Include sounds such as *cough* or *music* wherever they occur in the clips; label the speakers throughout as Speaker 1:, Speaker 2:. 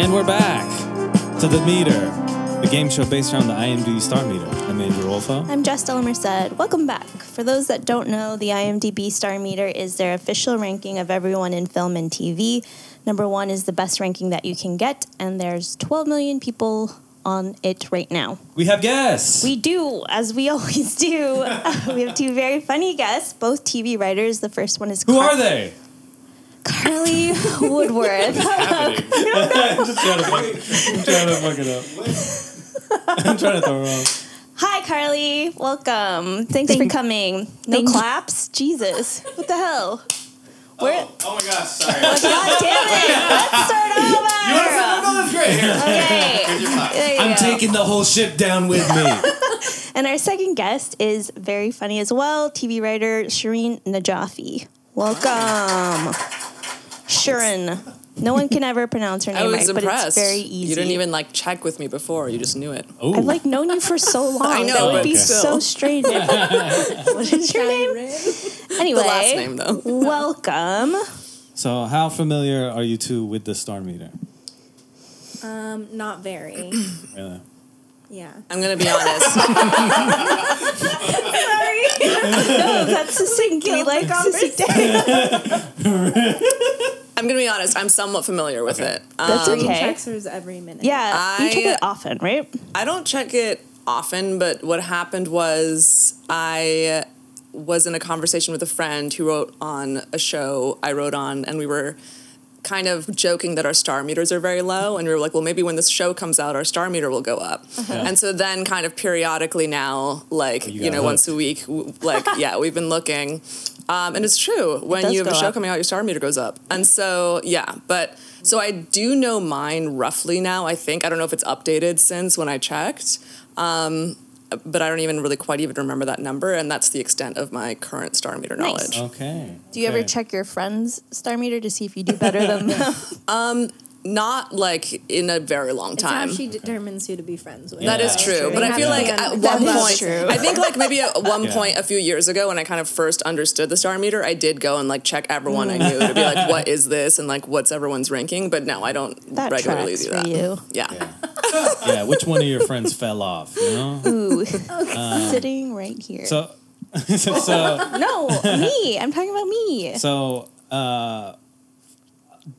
Speaker 1: And we're back to the meter, the game show based around the IMDb star meter. I'm Andrew Rolfo.
Speaker 2: I'm Jess Delmer said, Welcome back. For those that don't know, the IMDb Star Meter is their official ranking of everyone in film and TV. Number one is the best ranking that you can get, and there's 12 million people on it right now.
Speaker 1: We have guests.
Speaker 2: We do, as we *laughs* always do. we have two very funny guests, both TV writers. The first one is
Speaker 1: Who
Speaker 2: Car-
Speaker 1: are they? *laughs*
Speaker 2: Carly Woodward.
Speaker 1: I'm just trying to, fuck, I'm trying to fuck it up. I'm trying to throw it off.
Speaker 2: Hi, Carly. Welcome. Thanks for coming. No claps. Jesus. What the hell? We're.
Speaker 3: Oh my gosh, sorry.
Speaker 2: God damn it! Let's start over.
Speaker 3: that's great. Here,
Speaker 2: Okay.
Speaker 3: your clap.
Speaker 2: There you go.
Speaker 1: the whole ship down with me.
Speaker 2: And our second guest is very funny as well, TV writer Shireen Najafi. Welcome. Shireen. No one can ever pronounce her name
Speaker 4: I was
Speaker 2: right,
Speaker 4: impressed.
Speaker 2: but it's very easy.
Speaker 4: You didn't even like check with me before. You just knew it.
Speaker 1: Ooh.
Speaker 2: I've like known you for so long.
Speaker 4: *laughs* I know,
Speaker 2: that would
Speaker 4: but
Speaker 2: be
Speaker 4: still.
Speaker 2: so strange.
Speaker 4: *laughs*
Speaker 2: what is your name? Anyway,
Speaker 4: The last name though.
Speaker 2: welcome.
Speaker 1: so, how familiar are you two with the star meter?
Speaker 5: Um, not
Speaker 4: *clears throat*
Speaker 5: very.
Speaker 1: Really?
Speaker 5: yeah.
Speaker 4: I'm gonna be honest.
Speaker 2: *laughs* No, *laughs* that's
Speaker 4: *laughs*
Speaker 2: succinct. We like succinct.
Speaker 4: I'm gonna be honest. I'm somewhat familiar with it. Um,
Speaker 2: That's okay.
Speaker 5: Texters every minute.
Speaker 2: Yeah, you
Speaker 4: I-
Speaker 2: check it often, right?
Speaker 4: I don't check it often, but what happened was I was in a conversation with a friend who wrote on a show I wrote on, and we were kind of joking that our star meters are very low. And we were like, well, maybe when this show comes out, our star meter will go up. And so then, kind of periodically now, like,
Speaker 1: You
Speaker 4: you,
Speaker 1: got
Speaker 4: know,
Speaker 1: hooked.
Speaker 4: once a week, w- like, yeah, we've been looking. Um, and it's true. When
Speaker 2: does
Speaker 4: you have a
Speaker 2: go
Speaker 4: show
Speaker 2: up.
Speaker 4: coming out, your star meter goes up. And so, yeah, but so I do know mine roughly now, I think. I don't know if it's updated since when I checked. Um, but I don't even really quite even remember that number. And that's the extent of my current star meter
Speaker 2: Nice.
Speaker 4: knowledge.
Speaker 1: Okay.
Speaker 2: Do you ever
Speaker 1: Okay.
Speaker 2: check your friend's star meter to see if you do better than *laughs* them?
Speaker 4: Not like in a very long
Speaker 5: It's how
Speaker 4: time.
Speaker 5: she determines who to be friends with.
Speaker 4: That is
Speaker 1: Yeah.
Speaker 4: true,
Speaker 5: They
Speaker 4: but I
Speaker 5: have
Speaker 4: feel
Speaker 5: to
Speaker 4: like
Speaker 5: be on
Speaker 4: at
Speaker 5: the
Speaker 4: one
Speaker 5: same
Speaker 4: point,
Speaker 2: true.
Speaker 4: I think like maybe at one
Speaker 1: Yeah.
Speaker 4: point a few years ago when I kind of first understood the star meter, I did go and like check everyone I
Speaker 2: Mm.
Speaker 4: knew to be
Speaker 2: *laughs*
Speaker 4: like, what is this and like what's everyone's ranking. But no, I don't
Speaker 2: That
Speaker 4: regularly
Speaker 2: tracks
Speaker 4: do
Speaker 2: for
Speaker 4: that.
Speaker 2: you.
Speaker 4: Yeah.
Speaker 1: Yeah, which one of your friends *laughs* fell off? You know?
Speaker 2: *laughs* Ooh, sitting right here.
Speaker 1: Uh, So, *laughs* so
Speaker 2: no, me. I'm talking about me.
Speaker 1: So, uh,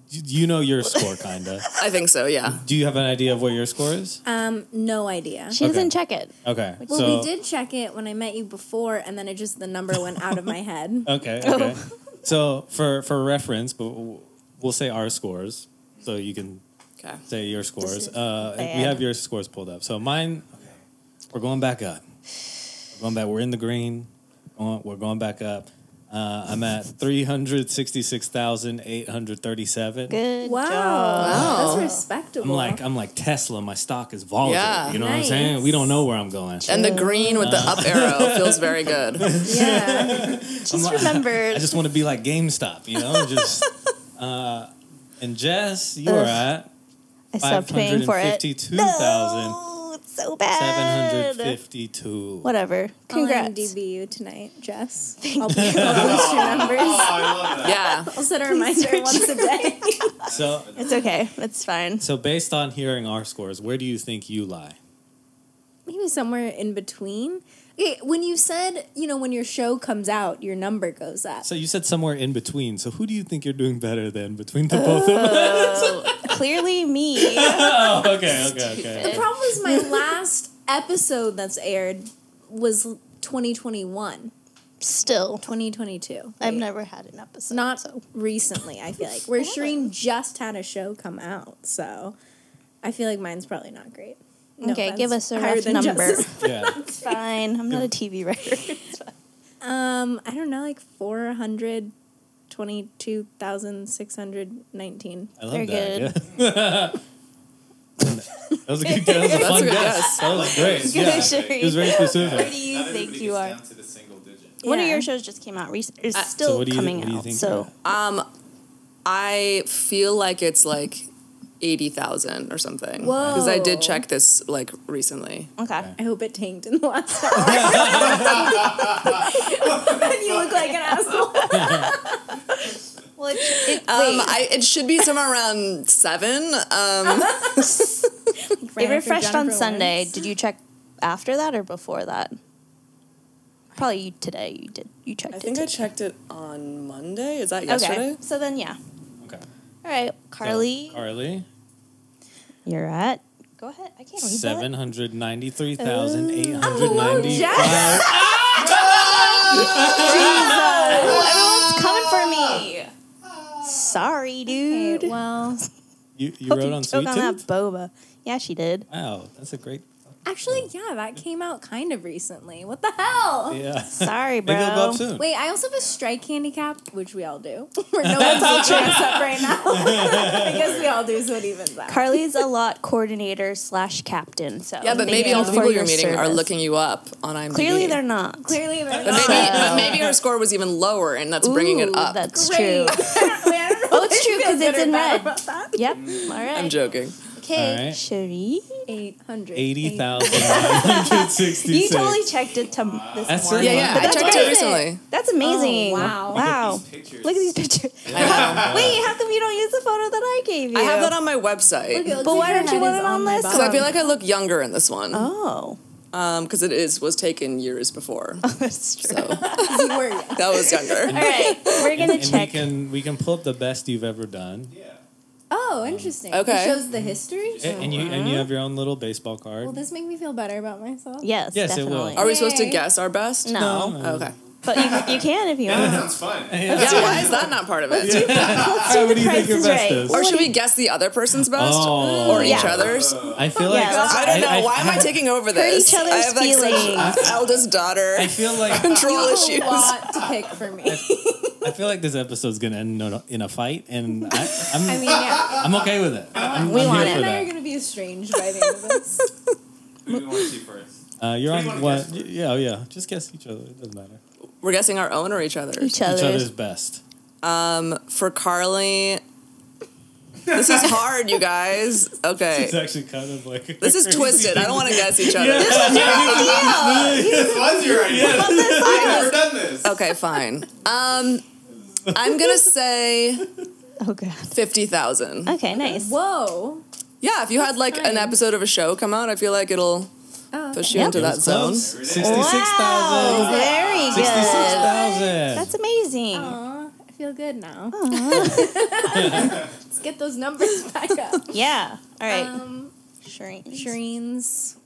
Speaker 1: you you know your score, kinda.
Speaker 4: I think so. Yeah,
Speaker 1: Do you have an idea of what your score is?
Speaker 5: Um, no idea.
Speaker 2: she
Speaker 1: okay.
Speaker 2: doesn't check it.
Speaker 1: Okay.
Speaker 5: Well,
Speaker 1: so,
Speaker 5: we did check it when I met you before, and then it just the number went out
Speaker 2: *laughs*
Speaker 5: of my head.
Speaker 1: Okay. Okay. so for for reference, but w- we'll say our scores, so you can
Speaker 4: okay.
Speaker 1: say your scores.
Speaker 2: is
Speaker 1: Uh, we
Speaker 2: bad.
Speaker 1: have your scores pulled up. So mine, okay, we're going back up. We're going back. We're in the green. Going- We're going back up. Uh, I'm at three hundred sixty-six thousand eight hundred thirty-seven.
Speaker 2: Good
Speaker 5: Wow,
Speaker 2: job.
Speaker 5: that's respectable.
Speaker 1: I'm
Speaker 4: *laughs*
Speaker 1: like I'm like Tesla. My stock is volatile.
Speaker 4: Yeah.
Speaker 1: You know what I'm
Speaker 5: Nice.
Speaker 1: saying? We don't know where I'm going.
Speaker 4: And the green with the up arrow feels very good.
Speaker 5: *laughs* yeah,
Speaker 2: Just remember.
Speaker 1: *laughs* I just want to be like GameStop. You know,
Speaker 2: *laughs*
Speaker 1: just. Uh, and Jess, you are at
Speaker 2: I
Speaker 1: five
Speaker 2: stopped paying
Speaker 1: hundred
Speaker 2: for it.
Speaker 1: fifty-two thousand
Speaker 2: No, it's so
Speaker 1: seven
Speaker 2: bad.
Speaker 1: hundred fifty-two.
Speaker 2: Whatever.
Speaker 5: Congrats.
Speaker 2: Congrats.
Speaker 5: DB you tonight, Jess. I'll be
Speaker 2: *laughs*
Speaker 5: those numbers.
Speaker 3: Oh, I love that.
Speaker 4: Yeah,
Speaker 5: I'll set a reminder once a day.
Speaker 1: So,
Speaker 2: It's okay. It's *laughs* fine.
Speaker 1: so based on hearing our scores, where do you think you lie?
Speaker 5: Maybe somewhere in between. Okay, when you said, you know, when your show comes out, your number goes up.
Speaker 1: So you said somewhere in between. So who do you think you're doing better than between the both of us?
Speaker 2: Clearly, me.
Speaker 1: Oh, *laughs* okay, okay, okay.
Speaker 5: The problem is my last episode that's aired was 2021,
Speaker 2: Still,
Speaker 5: 2022.
Speaker 2: I've
Speaker 5: Wait,
Speaker 2: never had an episode.
Speaker 5: not
Speaker 2: so.
Speaker 5: recently. I
Speaker 2: *laughs*
Speaker 5: feel like where Shireen just had a show come out, so I feel like mine's probably not great. No
Speaker 2: okay,
Speaker 5: offense.
Speaker 2: give us a
Speaker 5: Higher
Speaker 2: rough
Speaker 5: than
Speaker 2: number.
Speaker 5: Jess's.
Speaker 1: Yeah.
Speaker 2: It's fine. I'm not a TV writer.
Speaker 5: *laughs*
Speaker 2: *laughs*
Speaker 5: Um, I don't know, like four hundred twenty-two thousand six hundred nineteen.
Speaker 1: I love
Speaker 2: Very
Speaker 1: that. Yeah. *laughs* that was a good that was a
Speaker 4: That's
Speaker 1: fun
Speaker 4: a good
Speaker 1: guess.
Speaker 4: guess.
Speaker 1: That was great.
Speaker 2: *laughs* Good,
Speaker 1: Yeah.
Speaker 2: Sherry.
Speaker 1: It was very
Speaker 2: Where
Speaker 1: specific.
Speaker 2: do you
Speaker 3: Not everybody
Speaker 2: think you
Speaker 3: gets
Speaker 2: are?
Speaker 3: down to the single digit.
Speaker 2: One of
Speaker 5: Yeah.
Speaker 2: your shows just came out recently. It's still
Speaker 1: Uh, So what do you,
Speaker 2: coming
Speaker 1: what do you
Speaker 2: out.
Speaker 1: think?
Speaker 2: so
Speaker 4: Um, I feel like it's like eighty thousand or something. Because I did
Speaker 5: Whoa.
Speaker 4: check this like recently.
Speaker 2: okay.
Speaker 4: *laughs*
Speaker 5: I hope it tanked in the last *laughs* hour. and you look like an asshole.
Speaker 2: *laughs* Well, Well, it, it,
Speaker 4: Um,
Speaker 2: wait,
Speaker 4: I, it should be somewhere around seven. Um,
Speaker 2: it refreshed on Sunday. Did you check after that or before that? Probably you, today. You did. You checked.
Speaker 4: I think
Speaker 2: it
Speaker 4: I
Speaker 2: today.
Speaker 4: checked it on Monday. Is that
Speaker 2: Okay.
Speaker 4: yesterday?
Speaker 2: So then, yeah.
Speaker 1: Okay.
Speaker 2: All right,
Speaker 1: Oh,
Speaker 2: Carly,
Speaker 1: So, Carly,
Speaker 2: you're at. Go ahead. I can't read that. Oh,
Speaker 1: 793,895.
Speaker 2: Oh, It's coming for me.
Speaker 4: Ah.
Speaker 2: Sorry, dude.
Speaker 5: well,
Speaker 1: You, you
Speaker 2: Hope
Speaker 1: wrote on Sweet
Speaker 2: choke on
Speaker 1: Tooth?
Speaker 2: that boba. Yeah, she did.
Speaker 1: Wow, that's a great.
Speaker 5: actually, yeah, that came out kind of recently. What the hell?
Speaker 1: Yeah. *laughs*
Speaker 2: Sorry, bro.
Speaker 1: Maybe it'll go up soon.
Speaker 5: Wait, I also have a strike handicap, which we all do. *laughs* We're no one's teaching us up right now. *laughs* I guess we all do, so it evens out.
Speaker 2: Carly's a lot coordinator slash captain. So
Speaker 4: Yeah, but
Speaker 2: thank
Speaker 4: maybe
Speaker 2: you
Speaker 4: all the
Speaker 2: for
Speaker 4: people
Speaker 2: your
Speaker 4: you're meeting are
Speaker 2: service.
Speaker 4: looking you up on IMDb.
Speaker 2: Clearly, they're not.
Speaker 5: Clearly, they're
Speaker 4: But
Speaker 5: not.
Speaker 4: maybe, but maybe her score was even lower, and that's bringing it
Speaker 2: Ooh,
Speaker 4: up.
Speaker 2: That's
Speaker 5: *laughs*
Speaker 2: true.
Speaker 5: Great. I don't know
Speaker 2: Oh, it's
Speaker 5: if
Speaker 2: true
Speaker 5: I feel
Speaker 2: because it's
Speaker 5: good or
Speaker 2: in
Speaker 5: bad
Speaker 2: red.
Speaker 5: about that.
Speaker 2: Yep. All right.
Speaker 4: *laughs* I'm joking.
Speaker 1: All
Speaker 2: Okay,
Speaker 1: right.
Speaker 2: Cherie.
Speaker 5: 800.
Speaker 1: 80,966.
Speaker 2: You totally checked it to this
Speaker 1: That's
Speaker 2: morning.
Speaker 1: it?
Speaker 4: Yeah, yeah.
Speaker 2: But
Speaker 4: I
Speaker 2: that's
Speaker 4: checked it
Speaker 2: amazing.
Speaker 4: recently.
Speaker 2: That's amazing.
Speaker 5: Oh, wow.
Speaker 2: Wow.
Speaker 3: These pictures.
Speaker 2: Look at these pictures.
Speaker 4: I,
Speaker 2: *laughs* Wait, how come you don't use the photo that I gave you?
Speaker 4: know. I have that on my website
Speaker 2: But why don't you want it on this
Speaker 4: because I
Speaker 2: one?
Speaker 5: *laughs*
Speaker 4: feel like I look younger in this one.
Speaker 2: Oh, *laughs*
Speaker 4: because it is was taken years before.
Speaker 2: that's true.
Speaker 4: *laughs* So that
Speaker 5: You were, yeah.
Speaker 4: was
Speaker 2: All *laughs*
Speaker 4: younger.
Speaker 2: right, we're
Speaker 1: and,
Speaker 2: gonna
Speaker 1: and
Speaker 2: check.
Speaker 1: We can, we can pull up the best you've ever done.
Speaker 3: Yeah.
Speaker 5: Oh, interesting.
Speaker 4: Um, Okay. Oh,
Speaker 5: It shows the history.
Speaker 1: And, and you and you have your own little baseball card.
Speaker 5: Will this make me feel better about myself?
Speaker 2: Yes,
Speaker 1: Yes, it will.
Speaker 2: definitely.
Speaker 4: Are we supposed to
Speaker 5: Yay.
Speaker 4: guess our best? Oh,
Speaker 2: No,
Speaker 1: No.
Speaker 4: Okay.
Speaker 2: but you, you can
Speaker 6: *laughs*
Speaker 2: if you
Speaker 3: Yeah, that
Speaker 2: want.
Speaker 3: sounds fun.
Speaker 4: Yeah. Why is that not part of it?
Speaker 2: Let's do
Speaker 1: what
Speaker 2: the
Speaker 1: do you think
Speaker 2: Price
Speaker 1: your
Speaker 2: is
Speaker 1: best
Speaker 2: Right.
Speaker 1: is?
Speaker 4: Or should we guess the other person's best
Speaker 1: Oh.
Speaker 4: or each
Speaker 2: Yeah.
Speaker 4: other's?
Speaker 1: I feel
Speaker 2: Yeah,
Speaker 1: like
Speaker 2: that's-
Speaker 4: I don't know.
Speaker 1: I-
Speaker 4: Why am I
Speaker 1: have-
Speaker 4: taking
Speaker 2: *laughs*
Speaker 4: over this?
Speaker 2: each other's
Speaker 4: I have like
Speaker 2: feelings.
Speaker 4: such eldest daughter
Speaker 1: I feel like
Speaker 4: control
Speaker 5: You
Speaker 4: issues.
Speaker 5: have a lot to pick for
Speaker 1: *laughs*
Speaker 5: me.
Speaker 1: I feel like this episode's gonna end in a- in a fight, and I, I'm
Speaker 5: I mean, yeah.
Speaker 1: I'm okay with it. I'm,
Speaker 2: We
Speaker 1: I'm
Speaker 2: want
Speaker 1: here
Speaker 5: Anna
Speaker 1: for
Speaker 5: and I are
Speaker 1: that.
Speaker 5: going to be estranged by the end of this.
Speaker 3: Who do we want to see first?
Speaker 1: Uh, you're
Speaker 3: Who do
Speaker 1: on
Speaker 3: you wanna
Speaker 1: what?
Speaker 3: guess
Speaker 1: y- Yeah, oh, yeah. Just guess each other. It doesn't matter.
Speaker 4: We're guessing our own or each other's.
Speaker 2: Each
Speaker 1: Each
Speaker 2: other's.
Speaker 1: other's best.
Speaker 4: For Carly, this is hard, you guys. Okay.
Speaker 1: It's actually kind of like
Speaker 4: This is
Speaker 1: *laughs*
Speaker 4: twisted. I don't want to guess each other.
Speaker 3: This was your idea. I've never done this.
Speaker 4: Okay, fine. Um, I'm gonna say
Speaker 2: Oh god.
Speaker 4: fifty thousand.
Speaker 2: Okay, nice.
Speaker 5: Whoa.
Speaker 4: Yeah, if you had like an episode of a show come out, I feel like it'll
Speaker 5: Oh,
Speaker 4: push you
Speaker 2: Yep.
Speaker 4: into that zone.
Speaker 1: Sixty-six thousand.
Speaker 2: Wow, very
Speaker 1: Sixty-six
Speaker 2: good.
Speaker 1: thousand.
Speaker 2: That's amazing.
Speaker 5: Aw, I feel good now. *laughs* Let's get those numbers *laughs* back up.
Speaker 2: Yeah. All right.
Speaker 5: Um,
Speaker 2: Shereen.
Speaker 5: Shreen's.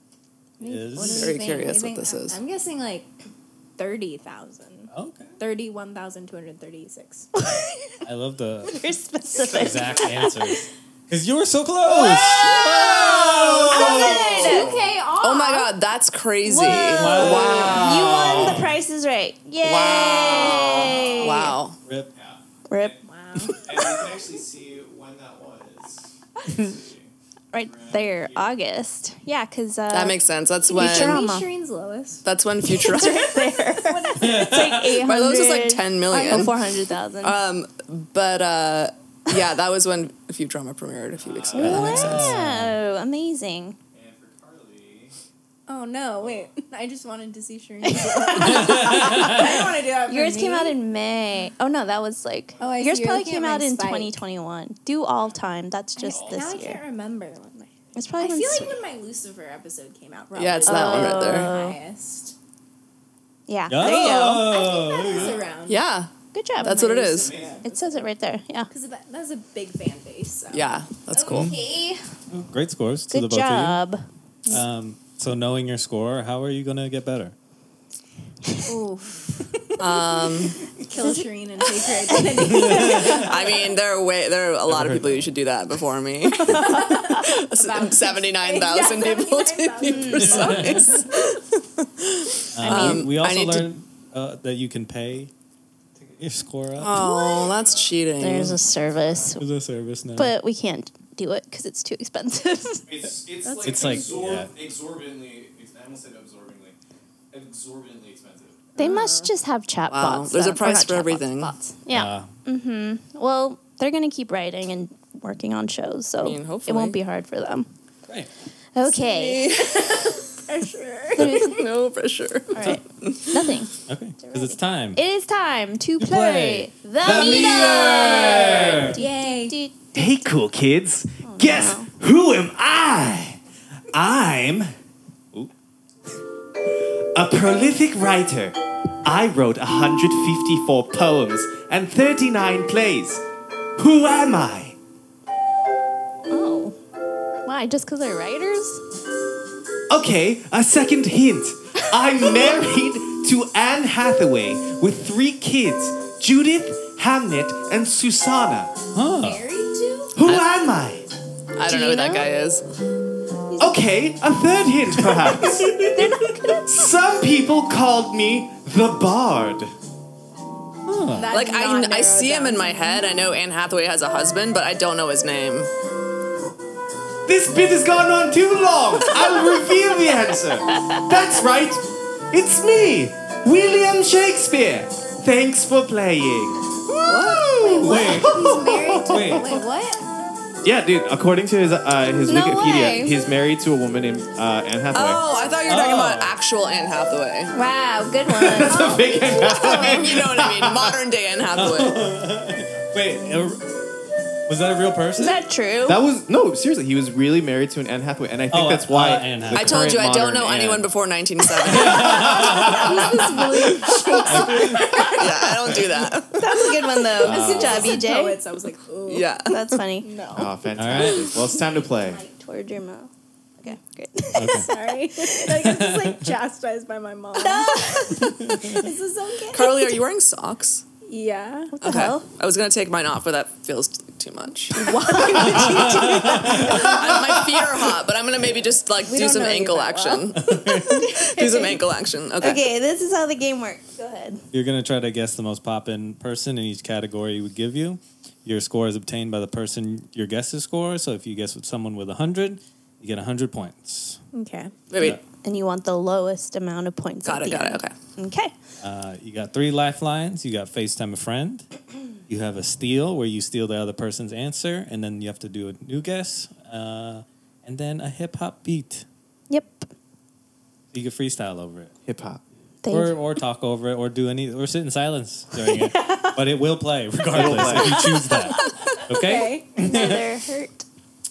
Speaker 1: Is-
Speaker 5: what do we
Speaker 4: Very
Speaker 5: think?
Speaker 4: curious
Speaker 5: We
Speaker 4: what
Speaker 5: think-
Speaker 4: this is.
Speaker 5: I'm guessing like 30,000.
Speaker 1: Okay.
Speaker 5: 31,236.
Speaker 2: *laughs*
Speaker 1: I love the
Speaker 2: Very specific.
Speaker 1: exact answers because you were so close.
Speaker 5: Okay, off.
Speaker 4: Oh my god, that's crazy!
Speaker 2: Whoa.
Speaker 4: Wow,
Speaker 2: You won the Price is Right. Yay!
Speaker 4: Wow. wow.
Speaker 1: Rip.
Speaker 3: Yeah.
Speaker 2: Rip.
Speaker 5: Wow.
Speaker 4: *laughs*
Speaker 3: And we can actually see when that was. Let's see.
Speaker 2: Right there, August. Yeah, because uh, *laughs*
Speaker 4: That makes sense. That's
Speaker 2: Futurama.
Speaker 4: when.
Speaker 2: Mama.
Speaker 5: Shreen's lowest.
Speaker 4: That's when *laughs* Futurama.
Speaker 2: it's like eight hundred.
Speaker 4: My lowest is like ten million.
Speaker 2: four hundred thousand.
Speaker 4: *laughs* Um, but uh, yeah, that was when Futurama premiered a few weeks ago. That makes sense.
Speaker 2: wow! Amazing.
Speaker 3: And for Carly,
Speaker 5: Oh no, wait. *laughs* I just wanted to
Speaker 2: *laughs*
Speaker 5: see Shreen's lowest. I didn't want to do that for
Speaker 2: Yours came
Speaker 5: me.
Speaker 2: out in May. Oh no, that was like
Speaker 5: Oh, I see.
Speaker 2: yours
Speaker 5: You're
Speaker 2: probably
Speaker 5: looking at
Speaker 2: came
Speaker 5: mine
Speaker 2: out in
Speaker 5: spiked.
Speaker 2: twenty twenty one. Do all time. That's just
Speaker 5: I-
Speaker 2: this
Speaker 5: now I
Speaker 2: year.
Speaker 5: can't remember. When my,
Speaker 2: It's
Speaker 5: I
Speaker 2: probably.
Speaker 5: feel
Speaker 2: been
Speaker 5: like
Speaker 2: so-
Speaker 5: when my Lucifer episode came out.
Speaker 4: Yeah, it's
Speaker 5: probably
Speaker 4: that one right
Speaker 5: was the
Speaker 4: there.
Speaker 5: Highest.
Speaker 1: Yeah.
Speaker 2: yeah. There you go.
Speaker 1: Oh,
Speaker 5: That is around.
Speaker 4: Yeah,
Speaker 2: Good job.
Speaker 4: that's what it is.
Speaker 2: It says it right there. Yeah.
Speaker 5: Because that that was a big fan base. So.
Speaker 4: Yeah, that's cool.
Speaker 5: Okay.
Speaker 1: Oh. Great scores to the
Speaker 2: Good
Speaker 1: both of
Speaker 2: job.
Speaker 1: you. Um, so knowing your score, how are you gonna get better?
Speaker 5: Oof. *laughs* Um, Kill Shereen and take her identity.
Speaker 4: *laughs* I mean, there are way there are a lot of people who should do that before me. *laughs* Seventy nine thousand
Speaker 5: *laughs* Yeah,
Speaker 4: people to be precise.
Speaker 1: Um, we, we
Speaker 4: I
Speaker 1: also
Speaker 4: need to-
Speaker 1: learned uh, that you can pay to get your score up.
Speaker 4: Oh, that's cheating.
Speaker 2: There's a service,
Speaker 1: There's a service now.
Speaker 2: but we can't do it because it's too expensive. *laughs*
Speaker 3: It's, it's like,
Speaker 1: It's like,
Speaker 3: absor- exorbitantly, ex- I almost said absorbingly, exorbitantly expensive.
Speaker 2: They must just have chat
Speaker 4: Wow,
Speaker 2: bots.
Speaker 4: there's a
Speaker 2: then- or
Speaker 4: price
Speaker 2: not
Speaker 4: for
Speaker 2: chat bots,
Speaker 4: everything.
Speaker 2: bots. Yeah.
Speaker 1: Uh,
Speaker 2: Well, they're going to keep writing and working on shows, so
Speaker 4: mean,
Speaker 2: it
Speaker 4: hopefully.
Speaker 2: won't be hard for them.
Speaker 1: great.
Speaker 2: Okay.
Speaker 5: pressure.
Speaker 4: *laughs* no pressure.
Speaker 2: All right. Nothing.
Speaker 1: Okay, because it's time.
Speaker 2: It is time to play,
Speaker 1: play
Speaker 2: the, meter.
Speaker 5: Yay.
Speaker 2: Do-
Speaker 7: Hey, cool kids. Guess who am I? I'm a prolific writer. I wrote 154 poems and 39 plays. Who am I?
Speaker 2: Oh, why? Just because they're writers?
Speaker 7: Okay, a second hint. I'm married to Anne Hathaway with three kids Judith, Hamnet, and Susanna.
Speaker 1: Huh.
Speaker 7: Who am I?
Speaker 4: I don't know who that guy is.
Speaker 7: Okay, a third hint
Speaker 4: *laughs*
Speaker 7: perhaps.
Speaker 6: *laughs*
Speaker 7: Some people called me the Bard.
Speaker 5: That's
Speaker 4: Like I,
Speaker 5: not
Speaker 4: kn- I
Speaker 5: narrowed
Speaker 4: see him
Speaker 5: down.
Speaker 4: in my head. I know Anne Hathaway has a husband, but I don't know his name.
Speaker 7: This bit has gone on too long. I'll reveal the answer. That's right. It's me, William Shakespeare. Thanks for playing. Woo!
Speaker 5: He's married to.
Speaker 1: Wait.
Speaker 5: Wait, what?
Speaker 6: *laughs* Yeah, dude. According to his uh, his
Speaker 2: No
Speaker 6: Wikipedia,
Speaker 2: way.
Speaker 6: he's married to a woman named uh, Anne Hathaway.
Speaker 4: Oh, I thought you were talking
Speaker 1: Oh.
Speaker 4: about actual Anne Hathaway.
Speaker 5: Wow, good
Speaker 2: *laughs*
Speaker 5: one.
Speaker 7: That's a big
Speaker 4: you know what *laughs* I mean? Modern day Anne Hathaway.
Speaker 1: Wait, uh, was that a real person?
Speaker 2: Is that true?
Speaker 6: That was no, seriously. He was really married to an Anne Hathaway, and I think
Speaker 1: Oh,
Speaker 6: that's
Speaker 1: uh,
Speaker 6: why.
Speaker 1: Anne
Speaker 6: the
Speaker 1: Hathaway.
Speaker 4: I told
Speaker 6: current
Speaker 4: you I don't
Speaker 6: modern
Speaker 4: know
Speaker 6: Anne-
Speaker 4: anyone before
Speaker 6: *laughs*
Speaker 4: 1970. *laughs* yeah, I don't do that.
Speaker 2: That was a good one, though. Good job,
Speaker 5: Said
Speaker 2: EJ.
Speaker 5: Poets, I was like, ooh.
Speaker 4: Yeah.
Speaker 2: That's
Speaker 5: *laughs*
Speaker 2: funny.
Speaker 5: No.
Speaker 6: Oh, fantastic!
Speaker 1: All right.
Speaker 6: Well, it's time to play.
Speaker 2: Toward your mouth. Okay, great.
Speaker 5: *laughs* Sorry. like, I'm just like chastised by my mom. *laughs* Is this okay?
Speaker 4: Carly, are you wearing socks?
Speaker 5: Yeah.
Speaker 2: What the hell?
Speaker 4: I was gonna take mine off, but that feels t- too much. Why would you do that? *laughs* My feet are hot, but I'm gonna maybe just like do
Speaker 5: don't
Speaker 4: some
Speaker 5: know you
Speaker 4: ankle
Speaker 5: that
Speaker 4: action. do some ankle action. Okay.
Speaker 2: Okay, this is how the game works. Go ahead.
Speaker 1: You're gonna try to guess the most poppin' person in each category we give you. Your score is obtained by the person your guess is score. So if you guess with someone with hundred, you get hundred points.
Speaker 5: Okay.
Speaker 4: Wait, wait.
Speaker 2: And you want the lowest amount of points.
Speaker 4: Got it. Got it. Okay.
Speaker 2: it. Okay.
Speaker 1: Uh, you got three lifelines. You got FaceTime a friend. You have a steal where you steal the other person's answer, and then you have to do a new guess, uh, and then a hip hop beat.
Speaker 2: Yep.
Speaker 1: You can freestyle over it,
Speaker 6: Hip hop.
Speaker 2: Thank
Speaker 1: or
Speaker 2: *laughs* you.
Speaker 1: or talk over it, or do any, or sit in silence during
Speaker 2: *laughs*
Speaker 1: it. But it will play regardless if you choose that. okay.
Speaker 5: Okay.
Speaker 2: Neither hurt.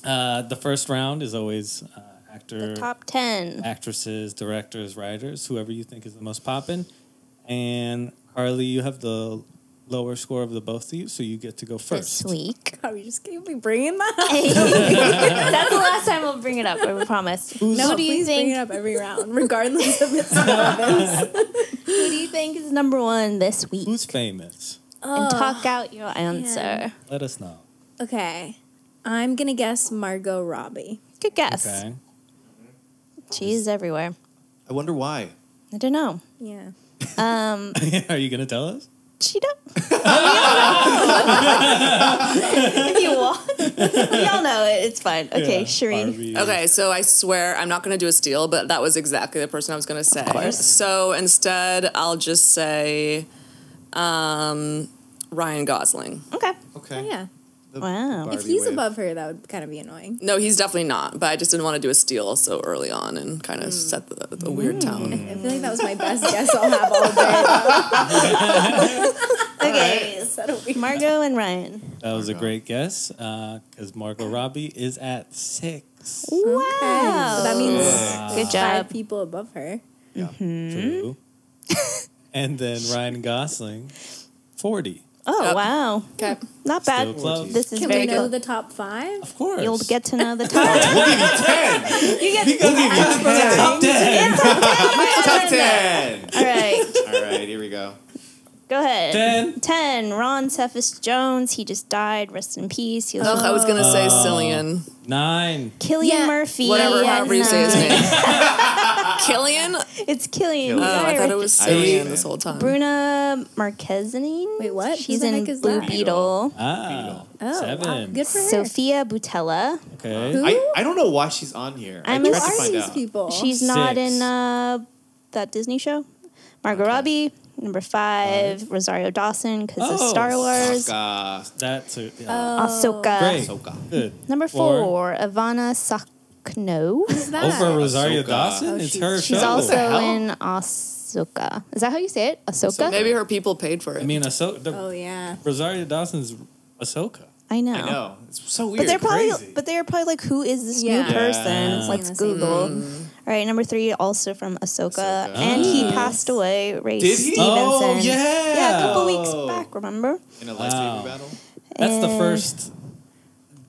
Speaker 1: Uh, the first round is always uh, actor,
Speaker 2: Top 10.
Speaker 1: actresses, directors, writers, whoever you think is the most poppin'. And Carly, you have the lower score of the both of you, so you get to go
Speaker 2: This
Speaker 1: first.
Speaker 2: *laughs* week.
Speaker 5: Are we just going to be bringing that up?
Speaker 2: That's the last time we'll bring it up, I promise.
Speaker 1: Who's-
Speaker 2: Who do you
Speaker 5: please bring it
Speaker 2: think
Speaker 5: up every round, regardless of its
Speaker 2: *laughs* who do you think is number one this week?
Speaker 1: Who's famous?
Speaker 5: Oh,
Speaker 2: and talk out your answer.
Speaker 1: Let us know.
Speaker 5: Okay. I'm going to guess Margot Robbie.
Speaker 2: Good guess.
Speaker 1: Okay. *laughs*
Speaker 2: She's everywhere.
Speaker 6: I wonder why.
Speaker 2: I don't know.
Speaker 5: Yeah.
Speaker 2: Um, *laughs*
Speaker 1: Are you gonna tell us?
Speaker 2: she don't. you all, we all know it. It's fine. Okay,
Speaker 1: Yeah,
Speaker 2: Shireen.
Speaker 1: Barbie.
Speaker 4: Okay, so I swear I'm not going to do a steal, but that was exactly the person I was going to say.
Speaker 2: course.
Speaker 4: So instead, I'll just say um, Ryan Gosling.
Speaker 2: Okay.
Speaker 6: Okay.
Speaker 5: Yeah.
Speaker 6: The
Speaker 2: Wow. If
Speaker 5: If
Speaker 6: Barbie
Speaker 5: he's
Speaker 6: wave.
Speaker 5: above her, that would kind of be annoying.
Speaker 4: No, he's definitely not, but I just didn't want to do a steal so early on and kind of set the, the weird tone.
Speaker 5: I feel like that was my best
Speaker 2: Mm.
Speaker 5: guess I'll have all day.
Speaker 2: Okay.
Speaker 5: That'll be
Speaker 2: Margot and Ryan.
Speaker 1: That was a great guess because Margot Robbie is at six.
Speaker 2: *laughs* Wow.
Speaker 5: So that means
Speaker 2: Good
Speaker 5: five
Speaker 2: job.
Speaker 5: people above her.
Speaker 2: Mm-hmm.
Speaker 1: True. and then Ryan Gosling, forty.
Speaker 2: Oh
Speaker 4: Yep.
Speaker 2: wow.
Speaker 4: Okay.
Speaker 2: Not
Speaker 1: Still
Speaker 2: bad.
Speaker 1: close.
Speaker 2: This is
Speaker 5: Can
Speaker 2: very
Speaker 5: we know
Speaker 2: good.
Speaker 5: the top five?
Speaker 1: Of course.
Speaker 2: You'll get to know
Speaker 1: *laughs*
Speaker 2: the top.
Speaker 5: *laughs* You get
Speaker 1: top ten.
Speaker 6: top ten.
Speaker 2: all right.
Speaker 6: All right, here we go.
Speaker 2: Go ahead.
Speaker 1: Ten.
Speaker 2: Ten. Ron Cephas Jones. He just died. Rest in peace. He was
Speaker 4: Ugh, I was going to say Cillian.
Speaker 1: Nine.
Speaker 2: Killian
Speaker 5: Yeah.
Speaker 2: Murphy.
Speaker 4: Whatever,
Speaker 2: at
Speaker 4: however you say his
Speaker 2: nine.
Speaker 4: name. Killian? Oh,
Speaker 2: It's Killian.
Speaker 6: Killian.
Speaker 4: I thought it was Cillian
Speaker 6: Irishman.
Speaker 4: this whole time.
Speaker 2: Bruna Marquezine.
Speaker 5: Wait, what? Who
Speaker 2: She's
Speaker 5: the
Speaker 2: in
Speaker 5: heck is
Speaker 2: Blue
Speaker 5: that?
Speaker 2: Beetle.
Speaker 1: Ah.
Speaker 5: Oh,
Speaker 1: Seven.
Speaker 5: wow. good for her.
Speaker 2: Sophia Butella.
Speaker 1: Okay.
Speaker 5: Who?
Speaker 6: I, I don't know why she's on here. I
Speaker 2: I'm
Speaker 6: tried
Speaker 5: Who
Speaker 6: to
Speaker 5: are
Speaker 6: find
Speaker 5: these
Speaker 6: out.
Speaker 5: people?
Speaker 2: She's not
Speaker 1: Six.
Speaker 2: in uh, that Disney show. Margot Robbie. Number five, Rosario Dawson because of
Speaker 1: Oh.
Speaker 2: Star Wars.
Speaker 6: Soka.
Speaker 1: That's a, yeah.
Speaker 2: Ahsoka.
Speaker 1: great.
Speaker 6: Soka.
Speaker 1: Good.
Speaker 2: Number four,
Speaker 1: Four.
Speaker 2: Ivana Sak- Oak? No.
Speaker 5: Who's that?
Speaker 1: Oprah Rosario
Speaker 6: Ahsoka.
Speaker 1: Dawson?
Speaker 5: Oh,
Speaker 1: it's
Speaker 5: she's-
Speaker 1: her
Speaker 5: she's
Speaker 1: show.
Speaker 2: Ah. She's also
Speaker 6: hell?
Speaker 2: in Ahsoka. Is that how you say it? Ahsoka?
Speaker 4: So maybe her people paid for it.
Speaker 1: I mean, Ahsoka. The,
Speaker 5: oh yeah.
Speaker 1: Rosario Dawson's Ahsoka.
Speaker 2: I know.
Speaker 6: I know. It's so weird.
Speaker 2: But they're probably
Speaker 1: crazy.
Speaker 2: but they're probably like, who is this
Speaker 5: Yeah.
Speaker 2: new person?
Speaker 1: Yeah.
Speaker 2: Let's
Speaker 5: Seen the same
Speaker 2: Google. All right, number three, also from Ahsoka,
Speaker 6: Ahsoka.
Speaker 2: and he
Speaker 1: Ah.
Speaker 2: passed away. Ray
Speaker 6: Did he?
Speaker 2: Stevenson.
Speaker 1: Oh, yeah.
Speaker 2: yeah, a couple weeks
Speaker 6: Oh.
Speaker 2: back. Remember?
Speaker 6: In a lightsaber
Speaker 1: Wow.
Speaker 6: battle?
Speaker 1: That's the
Speaker 2: And
Speaker 1: first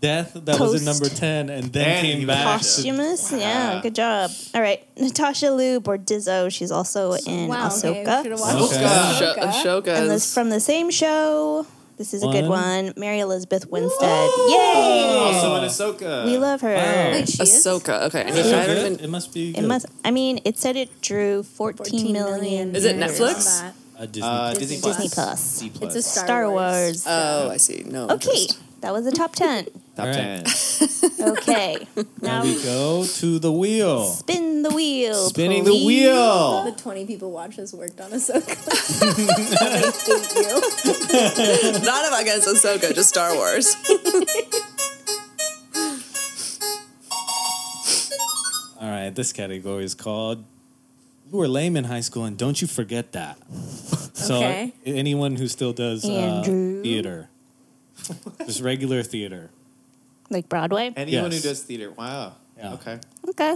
Speaker 1: death that was in
Speaker 2: Post-
Speaker 1: number 10 and then
Speaker 6: And he
Speaker 1: came
Speaker 6: was
Speaker 1: back.
Speaker 6: actually-
Speaker 2: Posthumous,
Speaker 6: Wow.
Speaker 2: yeah, good job. All right, Natasha Liu Bordizzo, she's also in
Speaker 5: wow. Okay.
Speaker 2: Ahsoka,
Speaker 5: Should've watched
Speaker 1: Okay.
Speaker 5: Ahsoka.
Speaker 4: Asho- Ashoka
Speaker 2: and
Speaker 4: is-
Speaker 2: this from the same show. This is a good
Speaker 1: One.
Speaker 2: one. Mary Elizabeth Winstead, yay!
Speaker 6: Also in Ahsoka.
Speaker 2: We love her.
Speaker 1: Wow.
Speaker 5: Wait, she is?
Speaker 4: Ahsoka. Okay. I
Speaker 1: Is
Speaker 4: need
Speaker 1: it
Speaker 4: to, I
Speaker 1: good?
Speaker 4: don't even,
Speaker 1: It must be.
Speaker 2: It
Speaker 1: good.
Speaker 2: must. I mean, it said it drew 14, 14 million.
Speaker 4: Is it
Speaker 2: viewers.
Speaker 4: Netflix?
Speaker 5: That.
Speaker 1: Uh, Disney.
Speaker 6: Uh,
Speaker 5: Disney
Speaker 6: Disney Plus.
Speaker 5: Plus.
Speaker 2: Disney Plus.
Speaker 6: D plus.
Speaker 5: It's a Star,
Speaker 2: Star
Speaker 5: Wars.
Speaker 2: Wars.
Speaker 4: oh, I see. No.
Speaker 2: Okay,
Speaker 5: *laughs*
Speaker 4: interest.
Speaker 2: that was the top *laughs* 10.
Speaker 6: Top
Speaker 1: Alright.
Speaker 6: 10.
Speaker 2: Okay,
Speaker 1: now
Speaker 2: now
Speaker 1: we go to the wheel.
Speaker 2: spin the wheel.
Speaker 6: Oh. Spinning
Speaker 2: please.
Speaker 6: the wheel.
Speaker 5: The 20 people watch us worked on Ahsoka. Thank you.
Speaker 4: Not if I guess Ahsoka, just Star
Speaker 5: *laughs*
Speaker 4: Wars.
Speaker 1: All right, this category is called You Were Lame in High School and Don't You Forget That. so,
Speaker 5: Okay.
Speaker 1: anyone who still does uh,
Speaker 2: Andrew.
Speaker 1: theater, just regular theater.
Speaker 2: Like Broadway.
Speaker 6: Anyone
Speaker 1: Yes.
Speaker 6: who does theater. Wow.
Speaker 1: Yeah.
Speaker 6: Okay.
Speaker 2: Okay.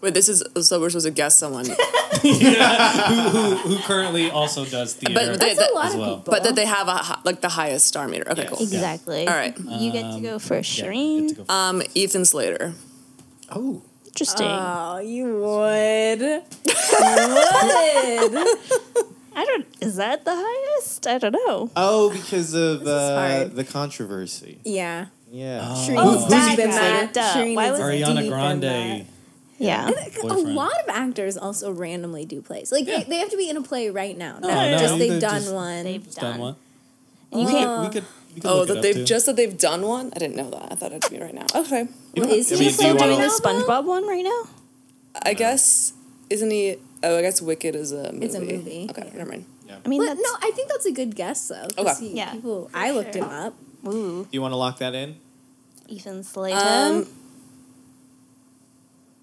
Speaker 4: Wait, this is so we're supposed to guess someone,
Speaker 1: Who, who currently also does theater
Speaker 4: but they,
Speaker 5: That's a lot
Speaker 1: as
Speaker 5: of
Speaker 1: well.
Speaker 5: people.
Speaker 4: but that they have a hi- like the highest star meter. Okay, cool.
Speaker 2: Exactly.
Speaker 4: All right.
Speaker 2: You get to
Speaker 6: Um,
Speaker 2: go first,
Speaker 1: Yeah,
Speaker 2: Shireen.
Speaker 1: good to go.
Speaker 4: Um, Ethan Slater.
Speaker 6: Oh.
Speaker 2: Interesting.
Speaker 4: Uh,
Speaker 5: Oh, you would. you would.
Speaker 2: I don't. Is that the highest? I don't know.
Speaker 6: Oh, because of uh,
Speaker 5: hard.
Speaker 6: the controversy.
Speaker 5: Yeah.
Speaker 6: Yeah.
Speaker 5: Shireen
Speaker 2: Oh,
Speaker 5: needs
Speaker 2: that
Speaker 5: to be
Speaker 2: guy.
Speaker 5: better.
Speaker 2: Duh.
Speaker 5: Shireen
Speaker 2: Why
Speaker 5: needs
Speaker 2: was
Speaker 5: to
Speaker 1: Ariana
Speaker 5: be better than
Speaker 1: Grande.
Speaker 2: Yeah.
Speaker 5: that. A
Speaker 1: boyfriend.
Speaker 5: lot of actors also randomly do plays. Like they, they have to be in a play right now. No,
Speaker 1: no,
Speaker 5: just
Speaker 1: they
Speaker 5: they've done
Speaker 1: just-
Speaker 5: one.
Speaker 2: They've
Speaker 1: Just done one.
Speaker 2: And you can't.
Speaker 1: We could, we could
Speaker 4: Oh,
Speaker 1: look it
Speaker 4: that
Speaker 1: up,
Speaker 4: they've
Speaker 1: too.
Speaker 4: just that they've done one. I didn't know that. I thought it'd be right now. Okay,
Speaker 5: Well, is
Speaker 6: I
Speaker 5: he
Speaker 6: mean, do
Speaker 2: Still
Speaker 6: you wanna-
Speaker 2: doing the SpongeBob one right now?
Speaker 4: I guess isn't he? Oh, I guess Wicked is a movie.
Speaker 5: It's a movie,
Speaker 4: Okay,
Speaker 5: yeah.
Speaker 4: never mind.
Speaker 2: I mean,
Speaker 5: But
Speaker 2: that's,
Speaker 5: no, I think that's a good guess though. 'cause
Speaker 4: Okay.
Speaker 5: he-
Speaker 2: Yeah,
Speaker 5: people- I looked
Speaker 2: sure.
Speaker 5: him up.
Speaker 2: Ooh,
Speaker 6: Do you want to lock that in?
Speaker 2: Ethan Slater.
Speaker 4: Um,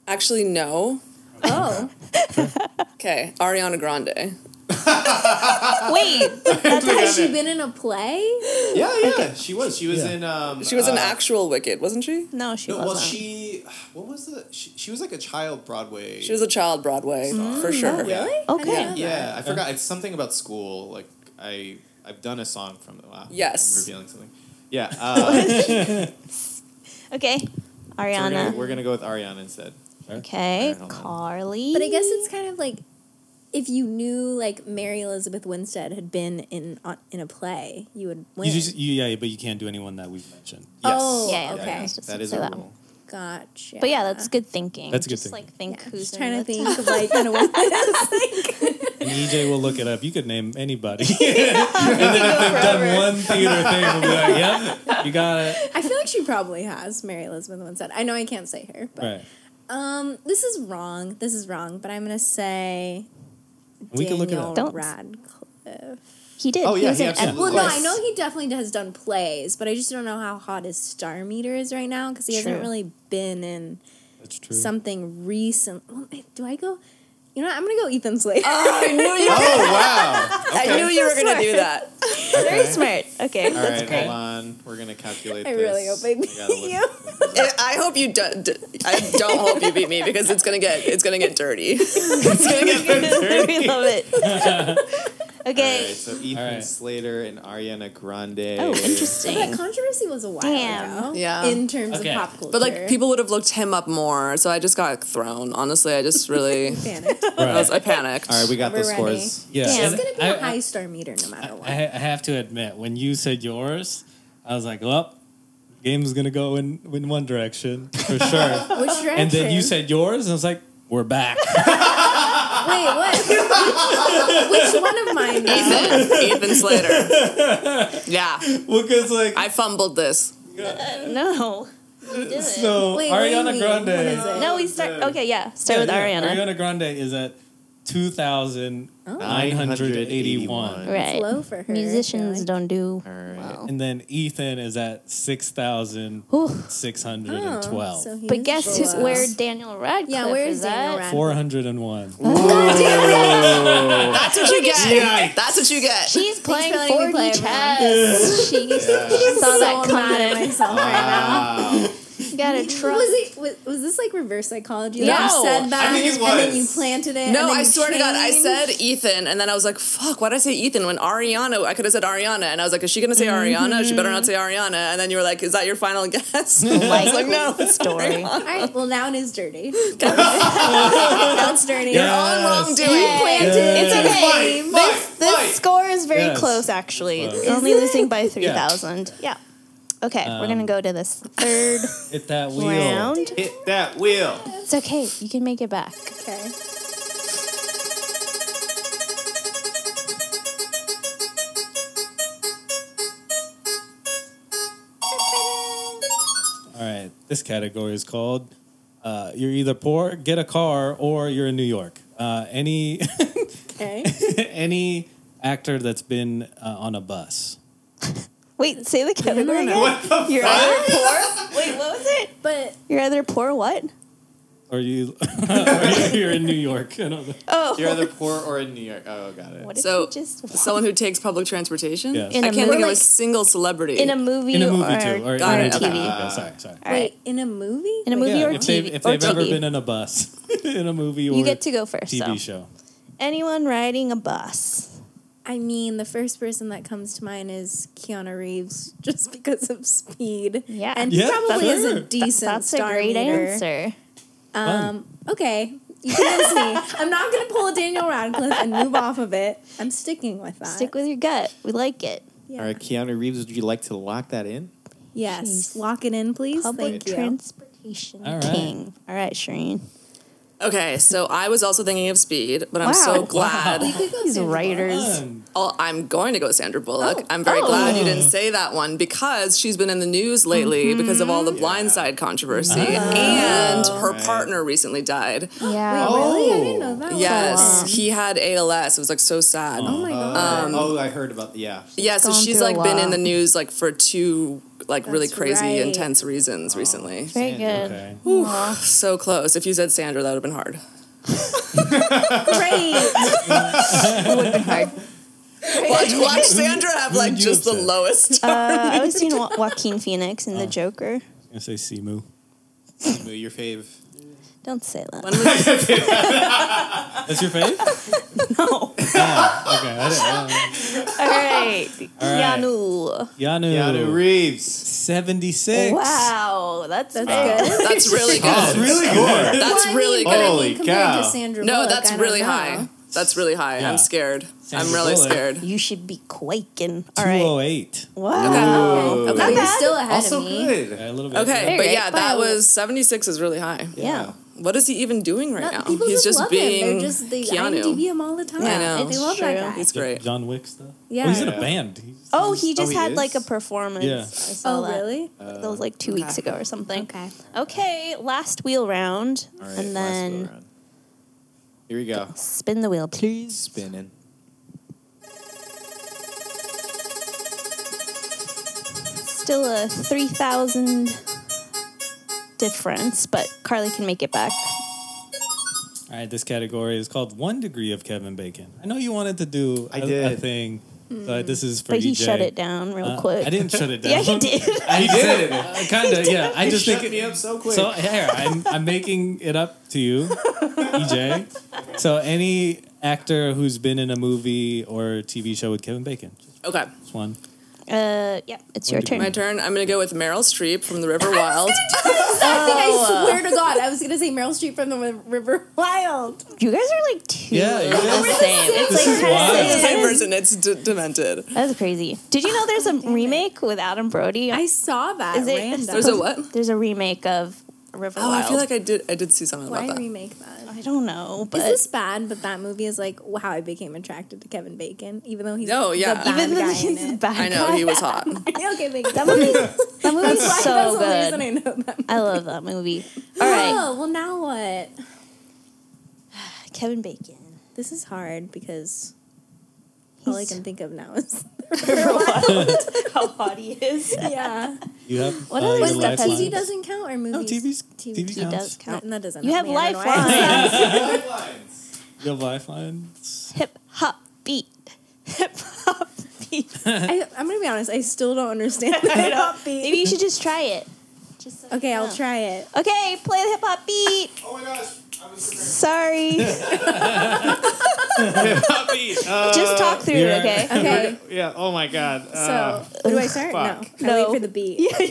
Speaker 4: actually, no.
Speaker 5: Oh,
Speaker 4: Okay, Ariana Grande.
Speaker 2: Wait,
Speaker 4: uh,
Speaker 2: that's
Speaker 6: Look
Speaker 5: has
Speaker 6: at
Speaker 5: she
Speaker 6: it.
Speaker 5: been in a play?
Speaker 6: Yeah, yeah. She was. She was
Speaker 1: Yeah.
Speaker 6: in. Um,
Speaker 4: She was an
Speaker 6: uh,
Speaker 4: actual Wicked, wasn't she?
Speaker 2: no, she
Speaker 6: No,
Speaker 2: wasn't.
Speaker 6: well, she. What was the? She, she was like a child Broadway.
Speaker 4: She was a child Broadway for sure.
Speaker 6: Yeah.
Speaker 5: Really? I didn't
Speaker 2: Okay.
Speaker 5: know that.
Speaker 6: Yeah, I forgot. It's something about school. Like I, I've done a song from the. Wow,
Speaker 4: Yes.
Speaker 6: I'm revealing something. Yeah. Uh,
Speaker 2: okay,
Speaker 6: so we're,
Speaker 2: Ariana.
Speaker 6: gonna, we're gonna go with Ariana instead.
Speaker 2: okay,
Speaker 6: Alright, hold on.
Speaker 2: Carly.
Speaker 5: But I guess it's kind of like if you knew like Mary Elizabeth Winstead had been in on, in a play, you would
Speaker 1: *laughs*
Speaker 5: win. *laughs*
Speaker 1: You just, you, yeah, but you can't do anyone that we've mentioned.
Speaker 6: Yes.
Speaker 5: Oh,
Speaker 2: Yeah, yeah,
Speaker 5: okay.
Speaker 2: yeah. Just
Speaker 6: That is
Speaker 2: say
Speaker 6: a
Speaker 2: that.
Speaker 6: rule.
Speaker 5: Gotcha.
Speaker 2: But yeah, that's good thinking.
Speaker 1: That's good
Speaker 2: Just
Speaker 1: thinking.
Speaker 2: like think
Speaker 5: Yeah,
Speaker 2: who's
Speaker 5: just trying to
Speaker 2: in *laughs* the
Speaker 5: think of like kind of what
Speaker 1: And EJ will look it up. You could name anybody. *laughs* and then if they've done one theater thing, we'll be like, yep, you got it.
Speaker 5: I feel like she probably has Mary Elizabeth Winstead. I know I can't say her, but
Speaker 1: Right.
Speaker 5: um, this is wrong. This is wrong. But I'm gonna say
Speaker 1: We can look it
Speaker 5: Daniel
Speaker 1: up.
Speaker 2: Don't-
Speaker 5: Radcliffe.
Speaker 2: He did.
Speaker 6: Oh,
Speaker 2: he
Speaker 6: yeah,
Speaker 2: was
Speaker 6: he
Speaker 2: in
Speaker 6: absolutely
Speaker 5: Well, no,
Speaker 6: Yes.
Speaker 5: I know he definitely has done plays, but I just don't know how hot his star meter is right now because he hasn't
Speaker 2: True.
Speaker 5: really been in
Speaker 1: That's true.
Speaker 5: something recent. well, I- Do I go? You know, what? I'm gonna go Ethan Slater.
Speaker 4: *laughs* I knew you.
Speaker 6: Oh wow.
Speaker 4: I knew you were gonna do
Speaker 5: Sorry. *laughs*
Speaker 4: that.
Speaker 2: Very smart. Okay,
Speaker 6: All
Speaker 2: that's
Speaker 6: right,
Speaker 2: great.
Speaker 6: hold on. We're gonna calculate.
Speaker 5: I
Speaker 6: this.
Speaker 5: really hope I beat
Speaker 6: gotta look-
Speaker 4: *laughs*
Speaker 5: you.
Speaker 4: I I hope you don't. d- I don't hope you beat me because it's gonna get it's gonna get *laughs* dirty. It's gonna
Speaker 2: *laughs*
Speaker 4: get
Speaker 2: we love it.
Speaker 6: All
Speaker 2: okay.
Speaker 6: right, so Ethan
Speaker 1: All right.
Speaker 6: Slater and Ariana Grande.
Speaker 2: Oh,
Speaker 5: That
Speaker 2: interesting.
Speaker 5: controversy was a while
Speaker 2: Damn.
Speaker 5: ago.
Speaker 4: Yeah.
Speaker 5: In terms
Speaker 1: Okay.
Speaker 5: of pop culture,
Speaker 4: But like people would have looked him up more, so I just got thrown. Honestly, I just really
Speaker 5: panicked.
Speaker 4: I, was, I panicked.
Speaker 6: All right, we got
Speaker 5: We're
Speaker 6: the scores.
Speaker 1: yeah.
Speaker 2: She's
Speaker 5: It's
Speaker 1: and
Speaker 5: gonna be
Speaker 1: I-
Speaker 5: a high star meter no matter what.
Speaker 1: I, I have to admit, when you said yours, I was like, well, game's going to go in, in one direction *laughs* for sure.
Speaker 5: Which direction?
Speaker 1: and then you said yours, and I was like, we're back.
Speaker 5: "Wait, what? Which one of mine?" now?
Speaker 4: Ethan, *laughs*
Speaker 6: *laughs*
Speaker 4: Ethan Slater. Yeah,
Speaker 1: *laughs* well, because, like,
Speaker 4: I fumbled this.
Speaker 2: No. You did it.
Speaker 1: so
Speaker 5: Wait, what do you
Speaker 1: Ariana
Speaker 5: mean?
Speaker 1: Grande.
Speaker 5: What is it?
Speaker 2: no, we start. Okay, yeah. Start
Speaker 1: Yeah,
Speaker 2: with
Speaker 1: yeah,
Speaker 2: Ariana.
Speaker 1: Ariana Grande is at 2,981.
Speaker 2: Right.
Speaker 5: It's low for her.
Speaker 2: Musicians
Speaker 5: I feel like.
Speaker 2: don't do
Speaker 6: All right.
Speaker 5: Oh.
Speaker 2: well.
Speaker 1: And then Ethan is at
Speaker 2: Whew.
Speaker 1: 6,612.
Speaker 5: Oh, so he
Speaker 2: But
Speaker 5: is
Speaker 2: guess who,
Speaker 5: below.
Speaker 2: where Daniel Radcliffe
Speaker 5: Yeah, where is
Speaker 2: is
Speaker 5: Daniel
Speaker 2: at?
Speaker 5: Radcliffe?
Speaker 1: 401.
Speaker 4: That's what you get. That's what you get.
Speaker 2: She's playing
Speaker 5: for letting me
Speaker 2: 4D
Speaker 5: play
Speaker 2: chess. She saw that
Speaker 5: so mad at
Speaker 2: coming.
Speaker 5: myself
Speaker 6: Ah.
Speaker 5: right
Speaker 2: You gotta
Speaker 5: now.
Speaker 2: trust.
Speaker 5: *laughs* Was, *laughs* he, was, was this like reverse psychology?
Speaker 4: No.
Speaker 5: Like you said that
Speaker 6: I think it
Speaker 5: and then
Speaker 6: was.
Speaker 5: you planted it. and
Speaker 4: No,
Speaker 5: then
Speaker 4: I
Speaker 5: you
Speaker 4: swear to God, I
Speaker 5: changed?
Speaker 4: said Ethan, and then I was like, "Fuck, why did I say Ethan?" When Ariana, I could have said Ariana, and I was like, "Is she gonna say
Speaker 2: Mm-hmm.
Speaker 4: Ariana? She better not say Ariana." And then you were like, "Is that your final *laughs* guess?" I was like, "No, it's
Speaker 2: *laughs* story.
Speaker 5: All right, well, now it is
Speaker 4: *laughs*
Speaker 5: dirty. That's dirty.
Speaker 4: all wrongdoing."
Speaker 5: Planted.
Speaker 2: It's okay.
Speaker 6: Fight,
Speaker 2: This,
Speaker 6: fight,
Speaker 2: this
Speaker 6: fight.
Speaker 2: score is very
Speaker 1: Yes.
Speaker 2: close, actually.
Speaker 1: Close.
Speaker 2: You're Only losing by 3,000. Yeah. Okay, we're
Speaker 1: Um,
Speaker 2: gonna go to this
Speaker 1: *laughs*
Speaker 2: third
Speaker 1: Hit that wheel.
Speaker 2: round.
Speaker 6: Hit that wheel.
Speaker 2: It's okay. You can make it back.
Speaker 5: Okay.
Speaker 1: All right. This category is called uh, You're Either Poor, Get a Car, or You're in New York. Uh, any
Speaker 5: Okay.
Speaker 1: *laughs* any actor that's been uh, on a bus.
Speaker 2: Wait, say the category again.
Speaker 6: What the
Speaker 2: You're
Speaker 6: fuck?
Speaker 2: either poor. Wait, what was it?
Speaker 5: But
Speaker 2: You're either poor. What?
Speaker 1: Or you, *laughs* or you're in New York. I don't know.
Speaker 2: Oh,
Speaker 6: You're either poor or in New York. Oh, got it.
Speaker 2: what did
Speaker 4: So,
Speaker 2: you just
Speaker 4: Someone who takes public transportation.
Speaker 1: Yes.
Speaker 2: In
Speaker 4: I
Speaker 2: a
Speaker 4: can't think
Speaker 2: movie.
Speaker 4: of a single celebrity.
Speaker 2: in a movie,
Speaker 1: in a movie
Speaker 2: or,
Speaker 1: too, or in
Speaker 4: Got
Speaker 1: a
Speaker 4: it,
Speaker 1: TV.
Speaker 2: okay.
Speaker 1: Okay, sorry, sorry.
Speaker 2: All right.
Speaker 5: wait, in a movie?
Speaker 2: In a movie
Speaker 1: Yeah,
Speaker 2: or
Speaker 1: if
Speaker 2: TV.
Speaker 1: they've, if
Speaker 2: or
Speaker 1: they've ever
Speaker 2: TV.
Speaker 1: been in a bus, *laughs* in a movie or
Speaker 2: you get to go first.
Speaker 1: TV
Speaker 2: so.
Speaker 1: show.
Speaker 2: Anyone riding a bus.
Speaker 5: I mean, the first person that comes to mind is Keanu Reeves, *laughs* just because of speed.
Speaker 2: Yeah.
Speaker 5: and
Speaker 1: Yeah,
Speaker 5: he probably
Speaker 1: that's
Speaker 5: is
Speaker 1: fair.
Speaker 5: a
Speaker 1: That-
Speaker 2: Th-
Speaker 5: decent.
Speaker 2: That's a
Speaker 5: star
Speaker 2: great
Speaker 5: meter.
Speaker 2: answer.
Speaker 5: Um, okay, you convinced me. *laughs* I'm not gonna pull a Daniel Radcliffe and move off of it. I'm sticking with that.
Speaker 2: Stick with your gut. We like it.
Speaker 5: yeah.
Speaker 6: All right, Keanu Reeves, would you like to lock that in?
Speaker 5: Yes,
Speaker 2: Jeez.
Speaker 5: lock it in, please.
Speaker 2: Public
Speaker 5: Thank you.
Speaker 2: transportation
Speaker 1: All right.
Speaker 2: king. All right, Shireen.
Speaker 4: okay, so I was also thinking of Speed, but I'm so
Speaker 2: Wow.
Speaker 4: glad.
Speaker 2: These writers.
Speaker 1: Fun.
Speaker 4: Oh, I'm going to go Sandra Bullock.
Speaker 5: Oh.
Speaker 4: I'm very
Speaker 2: Oh. Mm-hmm.
Speaker 4: glad you didn't say that one because she's been in the news lately because of all the Blind Side controversy and her partner recently died.
Speaker 2: Yeah.
Speaker 5: Oh, Really, I didn't know
Speaker 2: Oh,
Speaker 5: that.
Speaker 4: Yes,
Speaker 5: one.
Speaker 4: he had ALS. It was like so sad.
Speaker 5: Oh my god.
Speaker 6: Um, oh, I heard about yeah.
Speaker 4: yeah, so
Speaker 2: Gone
Speaker 4: she's
Speaker 2: through a
Speaker 4: like been
Speaker 2: lot.
Speaker 4: in the news like for two like really
Speaker 5: That's
Speaker 4: crazy
Speaker 5: right.
Speaker 4: intense reasons recently.
Speaker 2: Very good.
Speaker 1: Okay.
Speaker 2: Aw.
Speaker 4: So close. If you said Sandra, that would have been hard.
Speaker 6: *laughs*
Speaker 5: Great.
Speaker 4: *laughs* Watch, watch Sandra have like
Speaker 1: you
Speaker 4: just the
Speaker 1: upset?
Speaker 4: lowest.
Speaker 5: Oh,
Speaker 2: Uh, I was seeing jo- Joaquin Phoenix
Speaker 6: Oh.
Speaker 2: in The Joker.
Speaker 1: I say Simu.
Speaker 6: Simu, your fave.
Speaker 2: Don't say that.
Speaker 4: When was-
Speaker 1: That's your fave?
Speaker 2: *laughs*
Speaker 1: *laughs*
Speaker 2: No.
Speaker 1: oh, okay. I didn't, I
Speaker 2: All
Speaker 5: *laughs*
Speaker 2: right.
Speaker 1: right.
Speaker 2: Yanu.
Speaker 1: don't know. Yanu,
Speaker 6: Keanu Reeves.
Speaker 1: 76.
Speaker 2: Wow. That's,
Speaker 5: That's
Speaker 2: good.
Speaker 5: good. *laughs*
Speaker 4: that's really good.
Speaker 6: That's really good.
Speaker 4: That's
Speaker 5: Well, I
Speaker 4: really
Speaker 5: mean,
Speaker 4: good.
Speaker 6: Holy
Speaker 5: I mean, compared
Speaker 6: cow.
Speaker 5: To Sandra
Speaker 4: No,
Speaker 5: Bullock, I
Speaker 4: that's
Speaker 5: don't
Speaker 4: really
Speaker 5: know.
Speaker 4: high. That's really high.
Speaker 1: Yeah.
Speaker 4: I'm scared.
Speaker 1: Sandra
Speaker 4: I'm really
Speaker 1: Bullock.
Speaker 4: scared.
Speaker 2: You should be quaking. All right.
Speaker 1: 208.
Speaker 2: Wow.
Speaker 5: Okay,
Speaker 4: Okay.
Speaker 5: but you're still ahead
Speaker 6: Also
Speaker 5: of me.
Speaker 6: good.
Speaker 1: Yeah, a little bit.
Speaker 4: Okay,
Speaker 2: Very
Speaker 4: but
Speaker 2: great.
Speaker 4: yeah, that
Speaker 5: Wow.
Speaker 4: was 76 is really high.
Speaker 2: Yeah.
Speaker 4: What is he even doing right
Speaker 5: Not-
Speaker 4: now?
Speaker 5: People
Speaker 4: He's just,
Speaker 5: just, love
Speaker 4: being
Speaker 5: him. They're just they
Speaker 4: Keanu.
Speaker 5: IMDb him all the time.
Speaker 4: I know.
Speaker 5: They love
Speaker 2: It's
Speaker 5: that guy.
Speaker 2: true.
Speaker 4: He's great.
Speaker 1: John Wick stuff.
Speaker 5: Yeah.
Speaker 1: Oh, he's in a
Speaker 6: Yeah.
Speaker 1: band. He's-
Speaker 2: Oh, he just
Speaker 6: he
Speaker 2: had
Speaker 6: is?
Speaker 2: like a performance.
Speaker 1: Yeah.
Speaker 2: I saw
Speaker 5: oh,
Speaker 2: that.
Speaker 5: really?
Speaker 2: That was like two weeks ago or something.
Speaker 5: Okay.
Speaker 2: Okay, last wheel round.
Speaker 6: All right,
Speaker 2: and
Speaker 6: last
Speaker 2: then
Speaker 6: go around. here we go.
Speaker 2: spin the wheel, please.
Speaker 6: Spinning.
Speaker 2: Still a 3,000 difference, but Carly can make it back.
Speaker 1: All right, this category is called One Degree of Kevin Bacon. I know you wanted to do
Speaker 6: I
Speaker 1: a- a
Speaker 6: did.
Speaker 1: thing, but this is for
Speaker 2: But he
Speaker 1: EJ.
Speaker 2: shut it down real
Speaker 1: Uh,
Speaker 2: quick.
Speaker 1: I didn't shut it down.
Speaker 2: *laughs* Yeah, he did.
Speaker 1: *laughs* I
Speaker 6: did.
Speaker 1: did. Uh, kinda, yeah. I just think
Speaker 6: Shut me up so quick.
Speaker 1: So here, I'm, I'm making it up to
Speaker 2: *laughs*
Speaker 1: you, EJ. So any actor who's been in a movie or TV show with Kevin Bacon,
Speaker 4: Okay,
Speaker 1: just one.
Speaker 2: Uh, yeah, it's your turn.
Speaker 4: my turn. I'm going to go with Meryl Streep from The River Wild.
Speaker 5: *laughs* I think
Speaker 2: Oh.
Speaker 5: I swear to God, I was gonna say Meryl Streep from the Wi- River Wild.
Speaker 2: You guys are like two
Speaker 1: Yeah,
Speaker 2: of
Speaker 1: you
Speaker 2: the
Speaker 1: guys-
Speaker 2: *laughs* same. It's like
Speaker 1: wild.
Speaker 2: kind
Speaker 4: It's the
Speaker 2: of
Speaker 4: same person. It's d- demented.
Speaker 2: That's crazy. Did you know there's
Speaker 5: *laughs*
Speaker 2: a remake with Adam Brody?
Speaker 5: I saw that.
Speaker 2: Is it-
Speaker 5: random.
Speaker 4: There's a what?
Speaker 2: There's a remake of River
Speaker 4: Oh,
Speaker 2: Wild.
Speaker 4: I feel like I did. I did see something
Speaker 5: Why
Speaker 4: about that.
Speaker 5: remake that?
Speaker 2: I don't know, but
Speaker 5: Is this bad? But that movie is like how I became attracted to Kevin Bacon, even though he's
Speaker 4: No, yeah.
Speaker 5: the bad
Speaker 2: even though
Speaker 5: guy in
Speaker 2: he's a
Speaker 5: it.
Speaker 2: bad
Speaker 4: I know he was hot.
Speaker 5: *laughs* okay, Bacon.
Speaker 2: That movie, *laughs* that movie's
Speaker 5: That's
Speaker 2: so
Speaker 5: the only
Speaker 2: good.
Speaker 5: reason I Oh, know that.
Speaker 2: I
Speaker 5: *laughs*
Speaker 2: love that movie. All right,
Speaker 5: Oh, well, now what?
Speaker 2: Kevin Bacon.
Speaker 5: This is hard because all I
Speaker 2: He's-
Speaker 5: can think of now is
Speaker 2: How hot he is.
Speaker 5: yeah.
Speaker 1: You have
Speaker 2: What
Speaker 1: uh,
Speaker 2: other
Speaker 1: your
Speaker 5: Wait,
Speaker 2: stuff has
Speaker 1: lifeline.
Speaker 2: he
Speaker 5: TV doesn't count or movies.
Speaker 1: No, TV's, TV,
Speaker 5: TV
Speaker 2: He does
Speaker 1: counts.
Speaker 5: That,
Speaker 2: count.
Speaker 5: that doesn't.
Speaker 2: You have
Speaker 5: help me, I don't know why.
Speaker 3: Guidelines.
Speaker 2: lifelines.
Speaker 5: *laughs*
Speaker 1: You have
Speaker 2: *laughs*
Speaker 1: lifelines.
Speaker 2: Hip hop beat. *laughs* Hip hop beat.
Speaker 5: I, *laughs* I'm gonna be honest. I still don't
Speaker 2: *laughs*
Speaker 5: understand the hip hop
Speaker 2: Maybe
Speaker 5: beat.
Speaker 2: you should just try it. Just so you
Speaker 5: Okay, I'll
Speaker 2: know.
Speaker 5: try it.
Speaker 2: Okay, play the hip hop beat.
Speaker 3: Oh my gosh. I was prepared.
Speaker 2: Sorry.
Speaker 6: *laughs* Uh,
Speaker 2: just talk through it,
Speaker 6: *laughs*
Speaker 2: okay?
Speaker 5: Okay,
Speaker 7: Yeah. Oh my god.
Speaker 5: so
Speaker 7: Uh,
Speaker 5: do I start?
Speaker 7: fuck.
Speaker 5: No, I
Speaker 2: No.
Speaker 5: wait for the beat.
Speaker 1: Start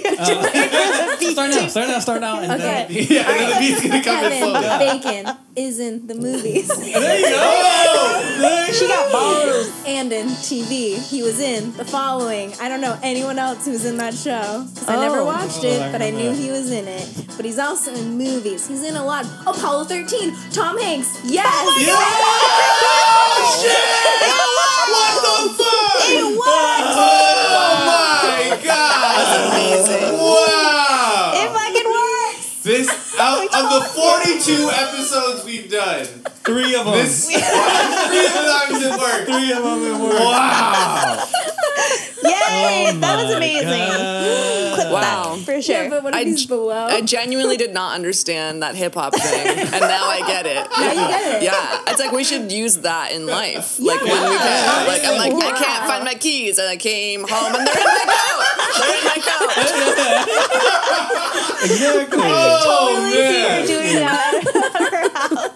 Speaker 1: now, start now, start now. And
Speaker 5: Okay.
Speaker 1: then
Speaker 7: yeah, and then the beat's
Speaker 4: *laughs*
Speaker 7: gonna come
Speaker 2: *laughs*
Speaker 7: in slow.
Speaker 5: Kevin Bacon is in the
Speaker 7: *laughs*
Speaker 5: movies
Speaker 2: She got balls.
Speaker 5: and in TV. He was in the following. I don't know anyone else who was in that show 'cause I never
Speaker 2: Oh.
Speaker 5: watched
Speaker 1: Oh, I
Speaker 5: it, but I knew
Speaker 1: remember that.
Speaker 5: he was in it. But he's also in movies. He's in a lot. Apollo 13, Tom Hanks.
Speaker 7: Oh
Speaker 5: Yes.
Speaker 7: What the fuck?
Speaker 2: It worked!
Speaker 7: Oh my god.
Speaker 4: Amazing.
Speaker 7: Wow.
Speaker 2: It fucking works!
Speaker 6: *laughs*
Speaker 7: This out of the 42 episodes we've done,
Speaker 1: three of them.
Speaker 6: *laughs*
Speaker 7: this three times it worked.
Speaker 1: three of them at work.
Speaker 7: Wow.
Speaker 6: Oh
Speaker 2: Yay! that was amazing. Clip
Speaker 4: Wow.
Speaker 2: that for sure.
Speaker 5: *laughs* Yeah, but what
Speaker 4: I
Speaker 5: if he's
Speaker 4: j-
Speaker 5: below?
Speaker 4: I genuinely did not understand that hip hop thing,
Speaker 5: *laughs*
Speaker 4: and now I get it.
Speaker 5: I get it.
Speaker 4: Yeah, it's like we should use that in life. Like when we can. Like I'm like I can't find my keys, and I came home, and they're in my coat. They're in my coat.
Speaker 1: *laughs* Exactly.
Speaker 7: Oh man.
Speaker 2: doing
Speaker 4: *laughs*
Speaker 2: that.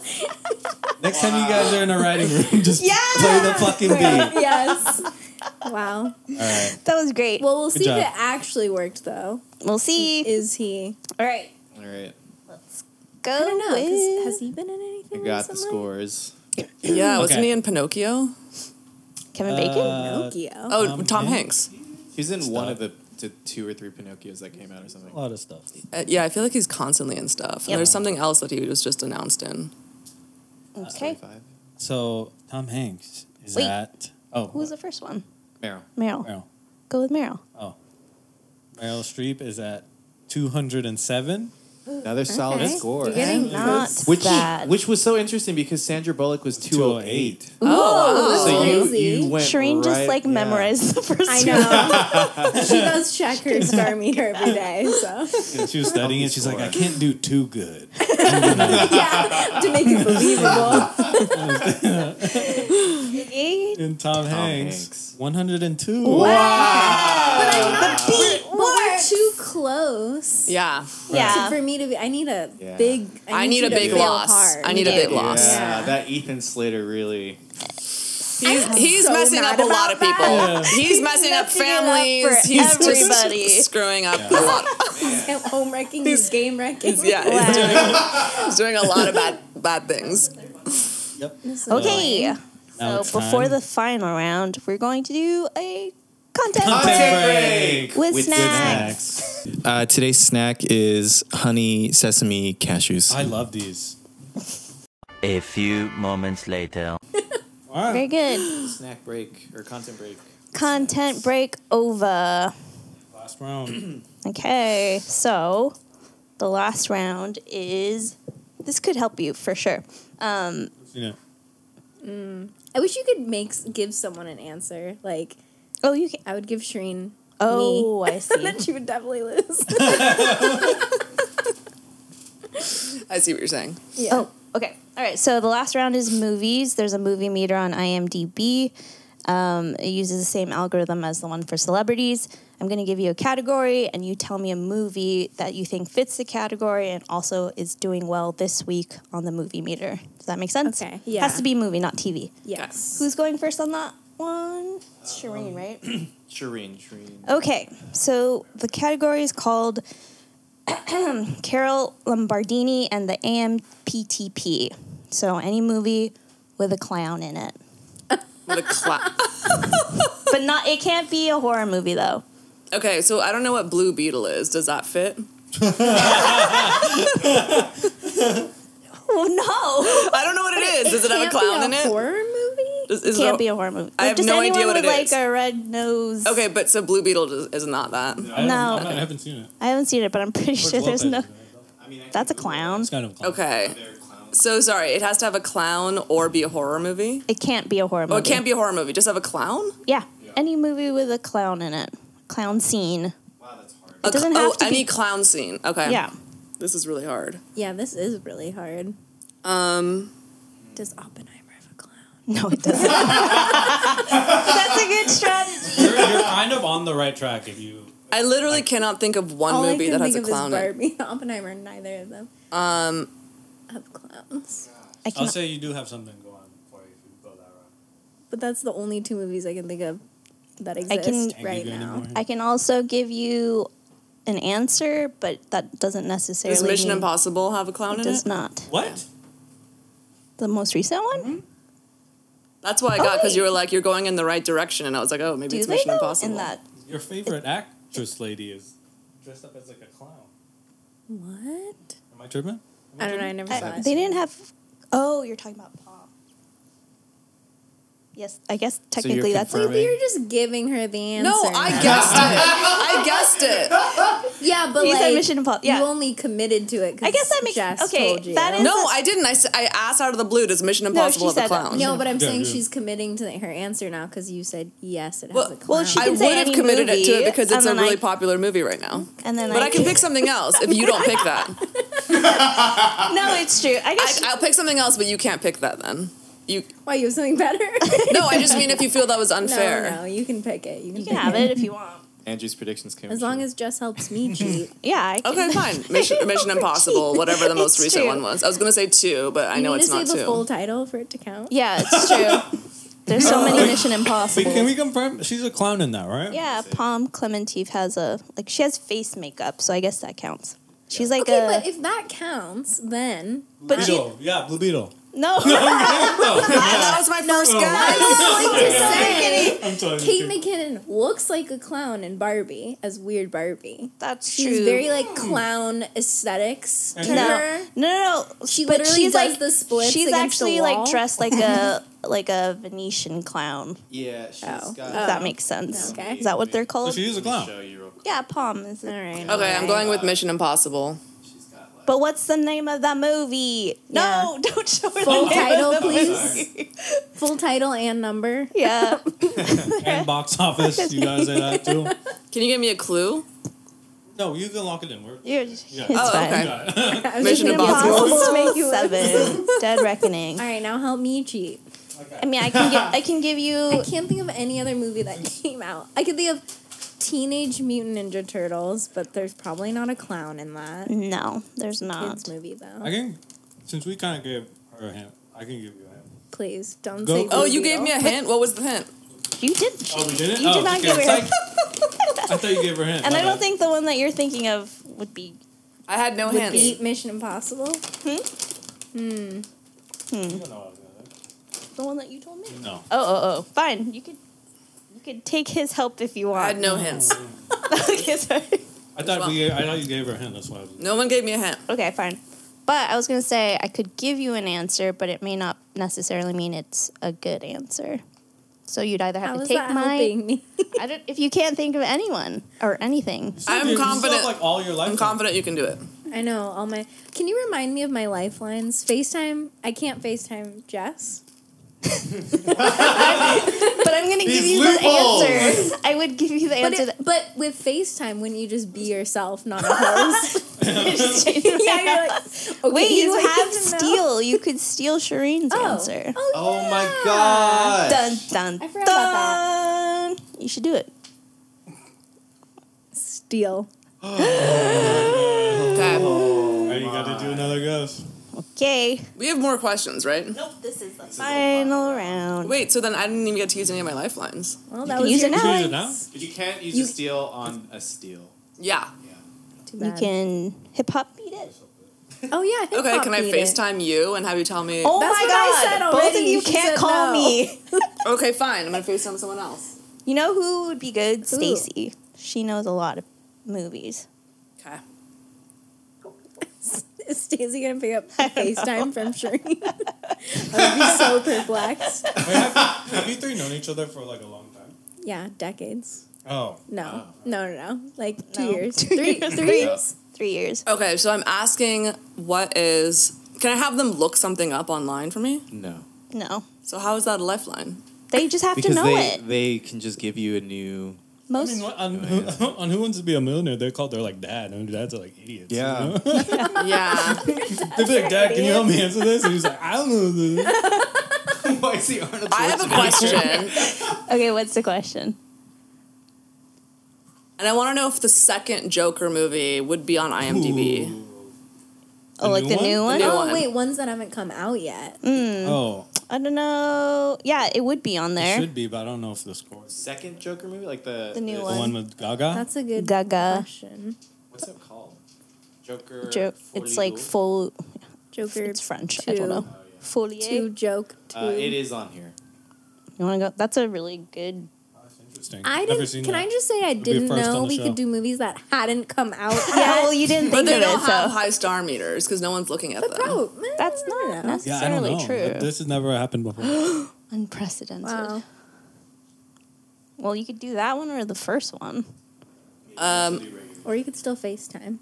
Speaker 1: Next time you guys are in a writing room, *laughs* just
Speaker 2: Yeah.
Speaker 1: play the fucking beat.
Speaker 5: yes. Wow.
Speaker 2: That was great. Well,
Speaker 5: Well, we'll
Speaker 1: Good
Speaker 5: see
Speaker 1: job.
Speaker 5: if it actually worked though.
Speaker 2: we'll see.
Speaker 5: Is he?
Speaker 2: All right.
Speaker 6: All right.
Speaker 2: Go
Speaker 5: I don't know. 'cause
Speaker 2: with-
Speaker 5: Has he been in anything?
Speaker 6: I got the
Speaker 5: recently?
Speaker 6: scores.
Speaker 4: Yeah, wasn't
Speaker 1: Okay.
Speaker 4: he in Pinocchio?
Speaker 2: Kevin Bacon?
Speaker 1: Uh,
Speaker 5: Pinocchio.
Speaker 4: Oh,
Speaker 1: Tom
Speaker 4: Tom
Speaker 1: Hanks?
Speaker 4: Hanks.
Speaker 6: He's in one
Speaker 1: Stop.
Speaker 6: of the t- two or three Pinocchios that came out or something.
Speaker 1: a lot of stuff.
Speaker 4: Uh, yeah, I feel like he's constantly in stuff. And
Speaker 2: Yep.
Speaker 4: there's something else that he was just announced in.
Speaker 2: okay.
Speaker 6: Five.
Speaker 1: So Tom Hanks is
Speaker 2: Wait.
Speaker 1: at oh
Speaker 2: Who was the first one?
Speaker 6: Meryl.
Speaker 2: Meryl.
Speaker 1: Meryl.
Speaker 2: Go with Meryl.
Speaker 1: Oh, Meryl Streep is at two hundred and seven.
Speaker 6: Another solid
Speaker 2: Okay.
Speaker 6: score.
Speaker 2: You're getting not
Speaker 6: Which
Speaker 2: bad.
Speaker 6: which was so interesting because Sandra Bullock was 208.
Speaker 5: Oh,
Speaker 6: So you, you
Speaker 5: Crazy.
Speaker 6: went
Speaker 2: Shireen just
Speaker 6: right-
Speaker 2: like
Speaker 6: yeah.
Speaker 2: memorized the first
Speaker 5: I
Speaker 2: one.
Speaker 5: know. she does check her star meter every day, so
Speaker 1: She
Speaker 2: *laughs*
Speaker 1: was studying and she's like, I can't do too good.
Speaker 5: yeah, to make it believable.
Speaker 2: Yay.
Speaker 1: And Tom, Hanks,
Speaker 6: Hanks.
Speaker 1: one hundred and two.
Speaker 5: We're too close.
Speaker 4: Yeah.
Speaker 5: So
Speaker 2: Yeah.
Speaker 5: for me to be, I need a
Speaker 6: Yeah.
Speaker 5: big.
Speaker 4: I need a
Speaker 5: you to
Speaker 4: big
Speaker 5: feel
Speaker 4: loss.
Speaker 5: hard.
Speaker 4: I
Speaker 5: *laughs*
Speaker 4: need a
Speaker 2: You
Speaker 4: big
Speaker 2: do.
Speaker 4: loss.
Speaker 6: Yeah,
Speaker 5: Yeah.
Speaker 6: that Ethan Slater really.
Speaker 4: He's, he's
Speaker 5: so
Speaker 4: messing
Speaker 5: mad
Speaker 4: up a lot
Speaker 5: about
Speaker 4: of people. He's messing up
Speaker 2: messing it up
Speaker 4: families.
Speaker 2: for
Speaker 4: he's
Speaker 2: everybody.
Speaker 4: just screwing up a lot.
Speaker 5: At home wrecking,
Speaker 4: *laughs*
Speaker 5: he's game wrecking.
Speaker 4: Yeah, he's doing, he's doing a lot of bad bad things.
Speaker 2: Okay.
Speaker 1: Now
Speaker 2: So
Speaker 1: it's
Speaker 2: before
Speaker 1: time.
Speaker 2: the final round, we're going to do a contest
Speaker 1: Content break.
Speaker 2: with, snacks.
Speaker 1: Snacks.
Speaker 6: Uh, today's snack is honey sesame cashews.
Speaker 1: I love these.
Speaker 8: A few moments later.
Speaker 1: All right.
Speaker 2: Very good.
Speaker 6: snack break or content break.
Speaker 2: Content break over.
Speaker 1: Last round.
Speaker 2: Okay, so the last round is this could help you for sure. Um,
Speaker 1: You know,
Speaker 5: I wish you could make give someone an answer. Like
Speaker 2: oh, you can.
Speaker 5: I would give Shireen.
Speaker 2: *laughs* Oh, I
Speaker 4: *laughs*
Speaker 2: see.
Speaker 5: then she would definitely *laughs* lose.
Speaker 4: I see what you're saying.
Speaker 2: Oh, okay. All right. So the last round is movies. There's a movie meter on IMDb. Um, it uses the same algorithm as the one for celebrities. I'm going to give you a category, and you tell me a movie that you think fits the category and also is doing well this week on the movie meter. Does that make sense?
Speaker 5: Okay, yeah.
Speaker 2: Has to be movie, not TV.
Speaker 5: yes.
Speaker 2: Who's going first on that one? It's Shireen, right?
Speaker 6: Shireen, Shireen.
Speaker 2: Okay, so the category is called *clears throat* Carol Lombardini and the AMPTP. So any movie with a clown in it,
Speaker 4: With a cla-
Speaker 2: but not. It can't be a horror movie though.
Speaker 4: okay, so I don't know what Blue Beetle is. Does that fit?
Speaker 2: *laughs* Oh
Speaker 4: I don't know what it is. Does it have a
Speaker 5: Can't be
Speaker 4: clown in it?
Speaker 5: Horror movie?
Speaker 4: Does-
Speaker 2: no! Can't
Speaker 4: is there-
Speaker 2: be a horror movie.
Speaker 4: I have
Speaker 2: Just
Speaker 4: no
Speaker 2: anyone
Speaker 4: idea what
Speaker 2: with
Speaker 4: it
Speaker 2: like
Speaker 4: is.
Speaker 2: a red nose.
Speaker 4: okay, but so Blue Beetle does, is not that.
Speaker 1: I haven't-
Speaker 2: No.
Speaker 1: I haven't seen it.
Speaker 2: I haven't seen it, but I'm pretty sure
Speaker 1: George
Speaker 2: there's
Speaker 1: Lopez
Speaker 2: no.
Speaker 1: is in it.
Speaker 6: I mean, I
Speaker 2: That's a
Speaker 6: think
Speaker 2: clown.
Speaker 1: It's kind of a clown.
Speaker 4: Okay,
Speaker 6: They're clowns.
Speaker 4: So sorry, it has to have a clown or be a horror movie.
Speaker 2: It can't be a horror movie.
Speaker 4: Oh, it can't be a horror movie. Just have a clown.
Speaker 2: Yeah. Any movie with a clown in it, clown scene.
Speaker 3: Wow, that's hard.
Speaker 4: A
Speaker 2: doesn't
Speaker 4: cl-
Speaker 2: have to
Speaker 4: oh, any
Speaker 2: be-
Speaker 4: clown scene. Okay.
Speaker 2: Yeah.
Speaker 4: This is really hard.
Speaker 5: Yeah, this is really hard.
Speaker 4: Um,
Speaker 5: Does Oppenheimer have a clown?
Speaker 2: No, it doesn't. *laughs* That's a good strategy.
Speaker 1: You're, you're kind of on the right track if you.
Speaker 4: I literally cannot think of one
Speaker 5: All I
Speaker 4: movie
Speaker 5: can
Speaker 4: that has
Speaker 5: think
Speaker 4: a
Speaker 5: of is
Speaker 4: clown. in it.
Speaker 5: Barbie, *laughs* Oppenheimer, and neither of them
Speaker 4: Um,
Speaker 5: have clowns.
Speaker 2: I
Speaker 1: I'll
Speaker 2: can
Speaker 1: say you do have something going for you if you go that route.
Speaker 5: But that's the only two movies I can think of that
Speaker 2: I can-
Speaker 5: exist
Speaker 1: Can't
Speaker 5: right
Speaker 1: give you any
Speaker 5: now.
Speaker 1: more.
Speaker 2: I can also give you an answer, but that doesn't necessarily
Speaker 4: does Mission
Speaker 2: mean
Speaker 4: Impossible have a clown
Speaker 2: it
Speaker 4: in it?
Speaker 2: does not.
Speaker 1: What?
Speaker 2: The most recent one?
Speaker 4: Mm-hmm. That's why I got because you were like, you're going in the right direction, and I was like, oh, maybe
Speaker 2: Do
Speaker 4: it's
Speaker 2: they
Speaker 4: Mission
Speaker 2: though?
Speaker 4: Impossible.
Speaker 2: In that
Speaker 1: Your favorite actress lady is dressed up as like a clown.
Speaker 5: What?
Speaker 1: Am I tripping?
Speaker 5: I don't know. I never
Speaker 2: I-
Speaker 5: saw it.
Speaker 2: they didn't have Oh, you're talking about Palm. Yes, I guess technically that's
Speaker 5: Wait, but you're just giving her the answer.
Speaker 4: no, I guessed it. I guessed it.
Speaker 5: *laughs* Yeah, but
Speaker 2: You
Speaker 5: like
Speaker 2: said Mission Impossible. Yeah.
Speaker 5: you only committed to it. 'cause
Speaker 2: I guess that makes-
Speaker 5: Jess
Speaker 2: okay,
Speaker 5: Told you.
Speaker 2: that is-
Speaker 4: No, I didn't. I, s- I asked out of the blue, does Mission Impossible
Speaker 2: she
Speaker 4: have a
Speaker 2: said that.
Speaker 4: clown?
Speaker 5: no, but I'm
Speaker 1: Yeah,
Speaker 5: saying
Speaker 1: yeah.
Speaker 5: she's committing to her answer now because you said yes. It has
Speaker 4: Well-
Speaker 5: a clown.
Speaker 2: well, she
Speaker 4: I
Speaker 2: can
Speaker 4: would
Speaker 2: say
Speaker 4: have
Speaker 2: any
Speaker 4: committed it to it
Speaker 2: movie,
Speaker 4: because
Speaker 2: and
Speaker 4: it's a
Speaker 2: then I-
Speaker 4: really popular movie right now.
Speaker 2: and then
Speaker 4: But I can
Speaker 2: pick.
Speaker 4: pick something else if you don't pick that.
Speaker 2: *laughs* No, it's true. I
Speaker 4: I,
Speaker 2: guess
Speaker 4: I'll pick something else, but you can't pick that then. You
Speaker 5: Why you have
Speaker 4: *laughs*
Speaker 5: something better?
Speaker 4: no, I just mean if you feel that was unfair.
Speaker 5: No, no, you can pick it. You can,
Speaker 2: you can
Speaker 5: pick
Speaker 2: have it if you want.
Speaker 6: Andrew's predictions came
Speaker 5: As long as Jess
Speaker 4: *laughs*
Speaker 5: helps me cheat.
Speaker 2: Yeah, I can.
Speaker 5: *laughs*
Speaker 4: Okay, fine. Mission, Mission Impossible, whatever the most
Speaker 2: It's
Speaker 4: recent
Speaker 2: true.
Speaker 4: one was. I was gonna say two, but I
Speaker 5: You
Speaker 4: know
Speaker 5: need
Speaker 4: it's
Speaker 5: to say
Speaker 4: not
Speaker 5: the
Speaker 4: two.
Speaker 5: full title for it to count.
Speaker 2: *laughs* Yeah, it's true. There's so
Speaker 4: *laughs*
Speaker 2: many Mission
Speaker 1: Wait,
Speaker 2: Impossible.
Speaker 1: can we confirm? She's a clown in that, right?
Speaker 2: Yeah, Palm Clementif has a like she has face makeup, so I guess that counts. She's like uh,
Speaker 5: Okay,
Speaker 2: a
Speaker 5: but if that counts, then
Speaker 1: Blue Beetle. yeah, Blue Beetle. *laughs*
Speaker 2: *laughs* no.
Speaker 4: That was my first
Speaker 5: *laughs*
Speaker 4: guess.
Speaker 5: Oh.
Speaker 1: I'm sorry.
Speaker 5: Kate McKinnon looks like a clown in Barbie as weird Barbie.
Speaker 2: That's
Speaker 5: She's
Speaker 2: true.
Speaker 5: very like clown aesthetics to
Speaker 2: no.
Speaker 5: her.
Speaker 2: no, no, no.
Speaker 5: She
Speaker 2: but
Speaker 5: literally
Speaker 2: she's
Speaker 5: does
Speaker 2: like
Speaker 5: the splits
Speaker 2: She's
Speaker 5: against the
Speaker 2: actually
Speaker 5: wall.
Speaker 2: like dressed
Speaker 5: *laughs*
Speaker 2: like a like a Venetian clown.
Speaker 6: yeah, she's
Speaker 5: Oh.
Speaker 6: got.
Speaker 2: If that makes sense.
Speaker 5: Okay.
Speaker 2: Is that what they're
Speaker 1: So
Speaker 2: called?
Speaker 1: she is a
Speaker 6: Let me
Speaker 1: clown.
Speaker 6: show you real quick.
Speaker 2: yeah, Palm is
Speaker 5: All
Speaker 2: it.
Speaker 5: right.
Speaker 4: Okay, I'm going with Mission Impossible.
Speaker 6: She's got like.
Speaker 2: But what's the name of that movie? No,
Speaker 5: *laughs*
Speaker 2: don't show her
Speaker 5: Full
Speaker 2: the name
Speaker 5: title,
Speaker 2: of the
Speaker 5: please.
Speaker 2: movie.
Speaker 5: Full title and number.
Speaker 2: Yeah.
Speaker 5: Oh,
Speaker 1: And box office. You guys say that too?
Speaker 4: Can you give me a clue?
Speaker 1: No, you can lock it in. We're,
Speaker 2: *laughs* You're, it's
Speaker 1: Yeah.
Speaker 4: Oh,
Speaker 2: fine.
Speaker 4: okay.
Speaker 5: I was
Speaker 4: Mission
Speaker 5: just gonna
Speaker 4: Impossible.
Speaker 5: to make you
Speaker 2: Seven. *laughs* Dead Reckoning.
Speaker 5: All right, now help me cheat.
Speaker 2: I mean, I can give,
Speaker 5: *laughs*
Speaker 2: I can give
Speaker 5: I
Speaker 2: you.
Speaker 5: can't think of any other movie that *laughs* came out. I could think of Teenage Mutant Ninja Turtles, but there's probably not a clown in that
Speaker 2: No, there's
Speaker 5: kids
Speaker 2: not.
Speaker 5: movie though.
Speaker 1: I can, since we kind of gave her a hint, I can give you a hint.
Speaker 5: Please don't
Speaker 1: Go-
Speaker 5: say.
Speaker 4: Oh,
Speaker 5: Blue
Speaker 4: you gave me a
Speaker 5: Beetle.
Speaker 4: hint. What was the hint?
Speaker 2: You did.
Speaker 1: Oh, we did it?
Speaker 2: You
Speaker 1: oh,
Speaker 2: did not give her a *laughs* hint.
Speaker 1: It's like- I thought you gave her a hint.
Speaker 2: And
Speaker 1: my
Speaker 2: I don't
Speaker 1: bad.
Speaker 2: think the one that you're thinking of would be.
Speaker 4: I had no
Speaker 5: Would
Speaker 4: hints.
Speaker 5: beat Mission Impossible.
Speaker 4: Hmm?
Speaker 1: You don't
Speaker 5: Hmm.
Speaker 1: know what I was gonna do.
Speaker 2: hmm, The one that you told me.
Speaker 1: No.
Speaker 2: Oh, oh, oh. Fine. You could you could take his help if you
Speaker 4: I
Speaker 2: want.
Speaker 4: had no hints.
Speaker 2: *laughs* okay, sorry.
Speaker 1: I thought we. I thought you gave her a hint. That's why. I was,
Speaker 4: No one gave me a hint.
Speaker 2: Okay, fine. But I was going to say I could give you an answer, but it may not necessarily mean it's a good answer. So you'd either have
Speaker 5: How
Speaker 2: to
Speaker 5: is
Speaker 2: take
Speaker 5: that
Speaker 2: my
Speaker 5: helping me?
Speaker 2: I don't if you can't think of anyone or
Speaker 5: *laughs*
Speaker 2: anything.
Speaker 4: I'm
Speaker 1: You still have,
Speaker 4: confident.
Speaker 1: Like all your life.
Speaker 4: I'm confident you can do it.
Speaker 5: I know all my. Can you remind me of my lifelines? Facetime. I can't Facetime Jess.
Speaker 2: But I'm going to give you the answer. I would give you the
Speaker 5: But,
Speaker 2: answer. *laughs*
Speaker 5: it, but with Facetime, wouldn't you just be yourself, not a
Speaker 2: *laughs*
Speaker 5: host?
Speaker 2: that
Speaker 5: *laughs* yeah, you're like, *laughs* okay,
Speaker 2: Wait,
Speaker 5: here's
Speaker 2: you
Speaker 5: what *laughs*
Speaker 2: have
Speaker 5: need to know.
Speaker 2: steal. You could steal Shireen's
Speaker 5: Oh.
Speaker 2: answer.
Speaker 5: Oh,
Speaker 6: Oh
Speaker 5: yeah.
Speaker 2: Ah.
Speaker 6: my god!
Speaker 2: Dun dun
Speaker 5: I forgot about
Speaker 2: dun. You should do it.
Speaker 5: Steal.
Speaker 4: Okay.
Speaker 1: Right, you got to do another guess.
Speaker 2: Okay.
Speaker 4: We have more questions, right?
Speaker 2: Nope. This is the final round.
Speaker 4: Wait, so then I didn't even get to use any of my lifelines.
Speaker 5: Well, that
Speaker 2: can
Speaker 5: was
Speaker 2: use
Speaker 5: your
Speaker 2: it now.
Speaker 1: Use it now?
Speaker 6: But you can't use
Speaker 5: You-
Speaker 6: a steel on a steel.
Speaker 4: Yeah.
Speaker 5: Too
Speaker 2: You
Speaker 5: bad.
Speaker 2: can hip hop beat it.
Speaker 5: Oh yeah. hip
Speaker 4: Okay,
Speaker 5: hop
Speaker 4: can I
Speaker 5: beat it.
Speaker 4: FaceTime you and have you tell me?
Speaker 2: Oh
Speaker 5: That's
Speaker 2: my
Speaker 5: what I
Speaker 2: god!
Speaker 5: said
Speaker 2: Both of
Speaker 5: already.
Speaker 2: you
Speaker 5: She
Speaker 2: can't
Speaker 5: said
Speaker 2: call
Speaker 5: no.
Speaker 2: me.
Speaker 4: Okay, fine. I'm gonna FaceTime someone else.
Speaker 2: You know who would be good? Stacy. She knows a lot of movies.
Speaker 4: Okay.
Speaker 5: Is Stacey gonna pick *laughs* up Facetime from *laughs* Shireen? I would be so perplexed.
Speaker 1: Have you three known each other for like a long time?
Speaker 5: Yeah, decades.
Speaker 1: Oh.
Speaker 5: No, no, no, no. Like two
Speaker 2: No.
Speaker 5: years.
Speaker 2: Two
Speaker 5: three,
Speaker 2: years.
Speaker 5: three
Speaker 2: Three years.
Speaker 4: Okay, so I'm asking what is Can I have them look something up online for me?
Speaker 6: No.
Speaker 2: No,
Speaker 4: So how is that a lifeline?
Speaker 2: they just have
Speaker 6: Because
Speaker 2: to know
Speaker 6: they,
Speaker 2: it.
Speaker 6: they can just give you a new.
Speaker 1: I
Speaker 2: Most
Speaker 1: mean, what- on, who, *laughs* on Who Wants to Be a Millionaire, they're called, they're like, Dad. And dads are like idiots. you
Speaker 6: Yeah.
Speaker 1: know?
Speaker 4: Yeah.
Speaker 1: They'd be like, Dad, can you help me answer this? And he's like, I don't know.
Speaker 5: *laughs*
Speaker 1: This.
Speaker 6: *laughs* Why is he Arnold?
Speaker 4: I have a question.
Speaker 2: okay, what's the question?
Speaker 4: And I want to know if the second Joker movie would be on IMDb.
Speaker 2: oh, like
Speaker 1: new
Speaker 2: the
Speaker 1: one?
Speaker 2: new one?
Speaker 4: new
Speaker 5: Oh
Speaker 4: one.
Speaker 5: wait, ones that haven't come out yet.
Speaker 2: Mm.
Speaker 1: Oh,
Speaker 2: I don't know. Yeah, it would be on
Speaker 1: it
Speaker 2: there.
Speaker 1: should be, but I don't know if the score is
Speaker 6: Second Joker movie, like the
Speaker 2: The new
Speaker 1: the one with Gaga.
Speaker 5: That's a good
Speaker 2: Gaga.
Speaker 5: question.
Speaker 6: What's it called? Joker.
Speaker 2: Joke. It's like
Speaker 6: full.
Speaker 2: full.
Speaker 5: Joker
Speaker 2: It's French. I don't
Speaker 5: two. Oh,
Speaker 2: know. Folier.
Speaker 5: two joke two.
Speaker 6: Uh, it is on here.
Speaker 2: You want to go? That's a really good.
Speaker 1: Oh, Interesting.
Speaker 5: I
Speaker 1: Never
Speaker 5: didn't.
Speaker 1: seen
Speaker 5: Can
Speaker 1: that.
Speaker 5: I just say I
Speaker 1: be a
Speaker 5: didn't
Speaker 1: first on
Speaker 5: know
Speaker 1: the
Speaker 5: we
Speaker 1: show.
Speaker 5: could do movies that hadn't come
Speaker 2: *laughs*
Speaker 5: out
Speaker 2: Yeah,
Speaker 5: yet?
Speaker 2: well, you didn't
Speaker 4: But
Speaker 2: think
Speaker 4: they
Speaker 2: of
Speaker 4: don't
Speaker 2: it,
Speaker 4: have
Speaker 2: so
Speaker 4: high star meters because no one's looking at
Speaker 5: but
Speaker 4: them.
Speaker 5: probably
Speaker 2: that's
Speaker 5: I
Speaker 2: not
Speaker 5: don't know.
Speaker 1: Yeah, I don't
Speaker 2: necessarily
Speaker 1: know.
Speaker 2: true.
Speaker 1: This has never happened
Speaker 5: *gasps*
Speaker 1: before.
Speaker 2: Unprecedented.
Speaker 5: Wow.
Speaker 2: Well, you could do that one or the first one.
Speaker 4: Um,
Speaker 5: Or you could still FaceTime.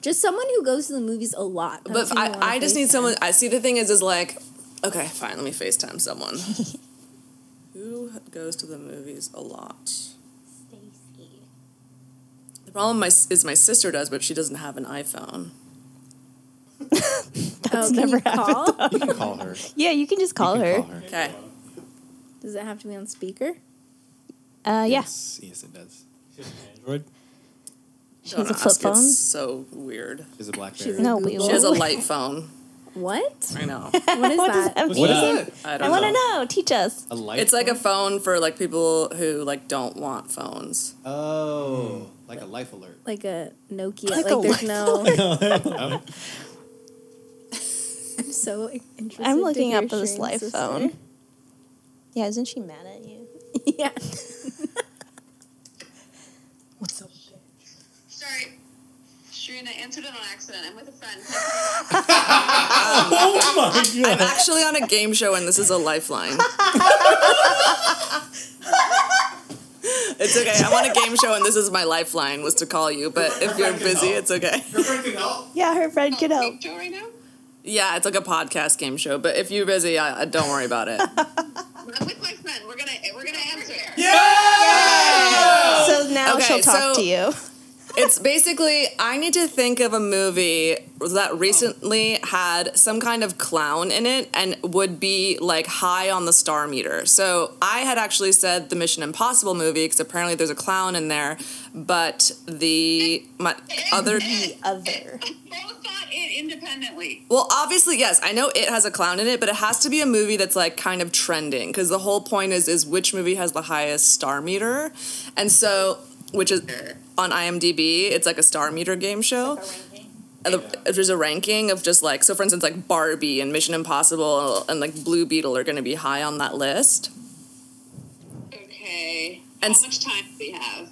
Speaker 5: Just someone who goes to the movies a lot. I've
Speaker 4: But
Speaker 5: seen a lot of
Speaker 4: I, I just need
Speaker 5: FaceTime.
Speaker 4: someone. I see the thing is, is like, okay, fine, let me FaceTime someone. Who goes to the movies a lot? The problem my, is my sister does, but she doesn't have an iPhone.
Speaker 5: Oh,
Speaker 2: That's
Speaker 5: can
Speaker 2: never
Speaker 5: you
Speaker 2: happened.
Speaker 5: call?
Speaker 6: You can call her. You
Speaker 2: Yeah, you can just Oh. call
Speaker 6: can
Speaker 2: her.
Speaker 6: Call her.
Speaker 4: Okay.
Speaker 5: Does it have to be on speaker?
Speaker 2: Uh, yeah.
Speaker 6: Yes, yes, it does.
Speaker 1: Android.
Speaker 2: She
Speaker 4: Don't
Speaker 2: has a
Speaker 4: ask,
Speaker 2: flip phone. Oh.
Speaker 4: It's so weird.
Speaker 6: Is a
Speaker 5: She's
Speaker 6: BlackBerry.
Speaker 5: a
Speaker 2: No, we
Speaker 5: Google.
Speaker 4: She has a
Speaker 2: Ooh.
Speaker 4: light phone.
Speaker 2: *laughs*
Speaker 5: What?
Speaker 4: I know.
Speaker 5: What is
Speaker 2: What does
Speaker 5: that?
Speaker 2: that mean?
Speaker 1: What is
Speaker 6: that?
Speaker 4: I
Speaker 2: I
Speaker 4: don't
Speaker 2: want to
Speaker 4: know.
Speaker 2: know. Teach us.
Speaker 6: A light.
Speaker 4: It's like a phone for like people who like don't want phones.
Speaker 6: Oh, like a life alert.
Speaker 5: Like a Nokia.
Speaker 2: Like
Speaker 5: Like,
Speaker 2: a
Speaker 5: there's
Speaker 2: *laughs*
Speaker 5: no.
Speaker 6: Um,
Speaker 5: *laughs* I'm so interested.
Speaker 2: I'm
Speaker 5: to
Speaker 2: looking
Speaker 5: hear
Speaker 2: up this
Speaker 5: Shireen's
Speaker 2: live
Speaker 5: sister.
Speaker 2: phone. Yeah, isn't she mad at you?
Speaker 5: *laughs* yeah.
Speaker 2: What's up?
Speaker 9: Sorry. Sharina answered it on accident. I'm with a friend.
Speaker 4: I'm actually on a game show and this is a
Speaker 2: *laughs*
Speaker 4: lifeline. it's okay. I'm on a game show and this is my lifeline was to call you, but if you're busy,
Speaker 2: oh.
Speaker 4: it's okay.
Speaker 2: Yeah, her friend could help.
Speaker 9: Joe right now?
Speaker 4: Yeah, it's like a podcast game show, but if you're busy, I, I don't worry about it.
Speaker 9: I'm with my friend. We're gonna we're gonna answer.
Speaker 2: So now
Speaker 4: Okay,
Speaker 2: she'll talk
Speaker 4: so-
Speaker 2: to you.
Speaker 4: It's basically I need to think of a movie that recently had some kind of clown in it and would be like high on the star meter. So I had actually said the Mission Impossible movie because apparently there's a clown in there, but the my
Speaker 2: Other.
Speaker 4: other
Speaker 9: We both Um, thought it independently.
Speaker 4: well obviously yes I know it has a clown in it, but it has to be a movie that's like kind of trending because the whole point is is which movie has the highest star meter, and so which is on IMDb it's like a star meter game show. And the- if there's a ranking of just like so for instance like barbie and mission impossible and like blue beetle are going to be high on that list
Speaker 9: Okay.
Speaker 4: And s-
Speaker 9: How much time do we have?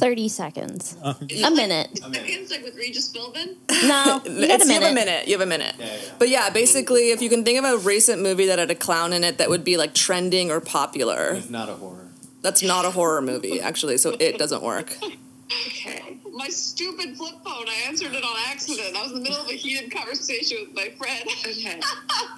Speaker 2: 30 seconds.
Speaker 9: Is
Speaker 2: A
Speaker 9: it *laughs*
Speaker 2: minute.
Speaker 9: Like, seconds like with Regis Philbin.
Speaker 2: No, you got
Speaker 4: It's-
Speaker 2: a
Speaker 4: you have a
Speaker 2: minute.
Speaker 4: minute you have a minute but yeah basically if you can think of a recent movie that had a clown in it that would be like trending or popular
Speaker 6: it's not a horror.
Speaker 4: that's not a horror movie actually so it doesn't work
Speaker 9: Okay. My stupid flip phone. I answered it on accident. I was in the middle of a heated conversation with my friend. Okay.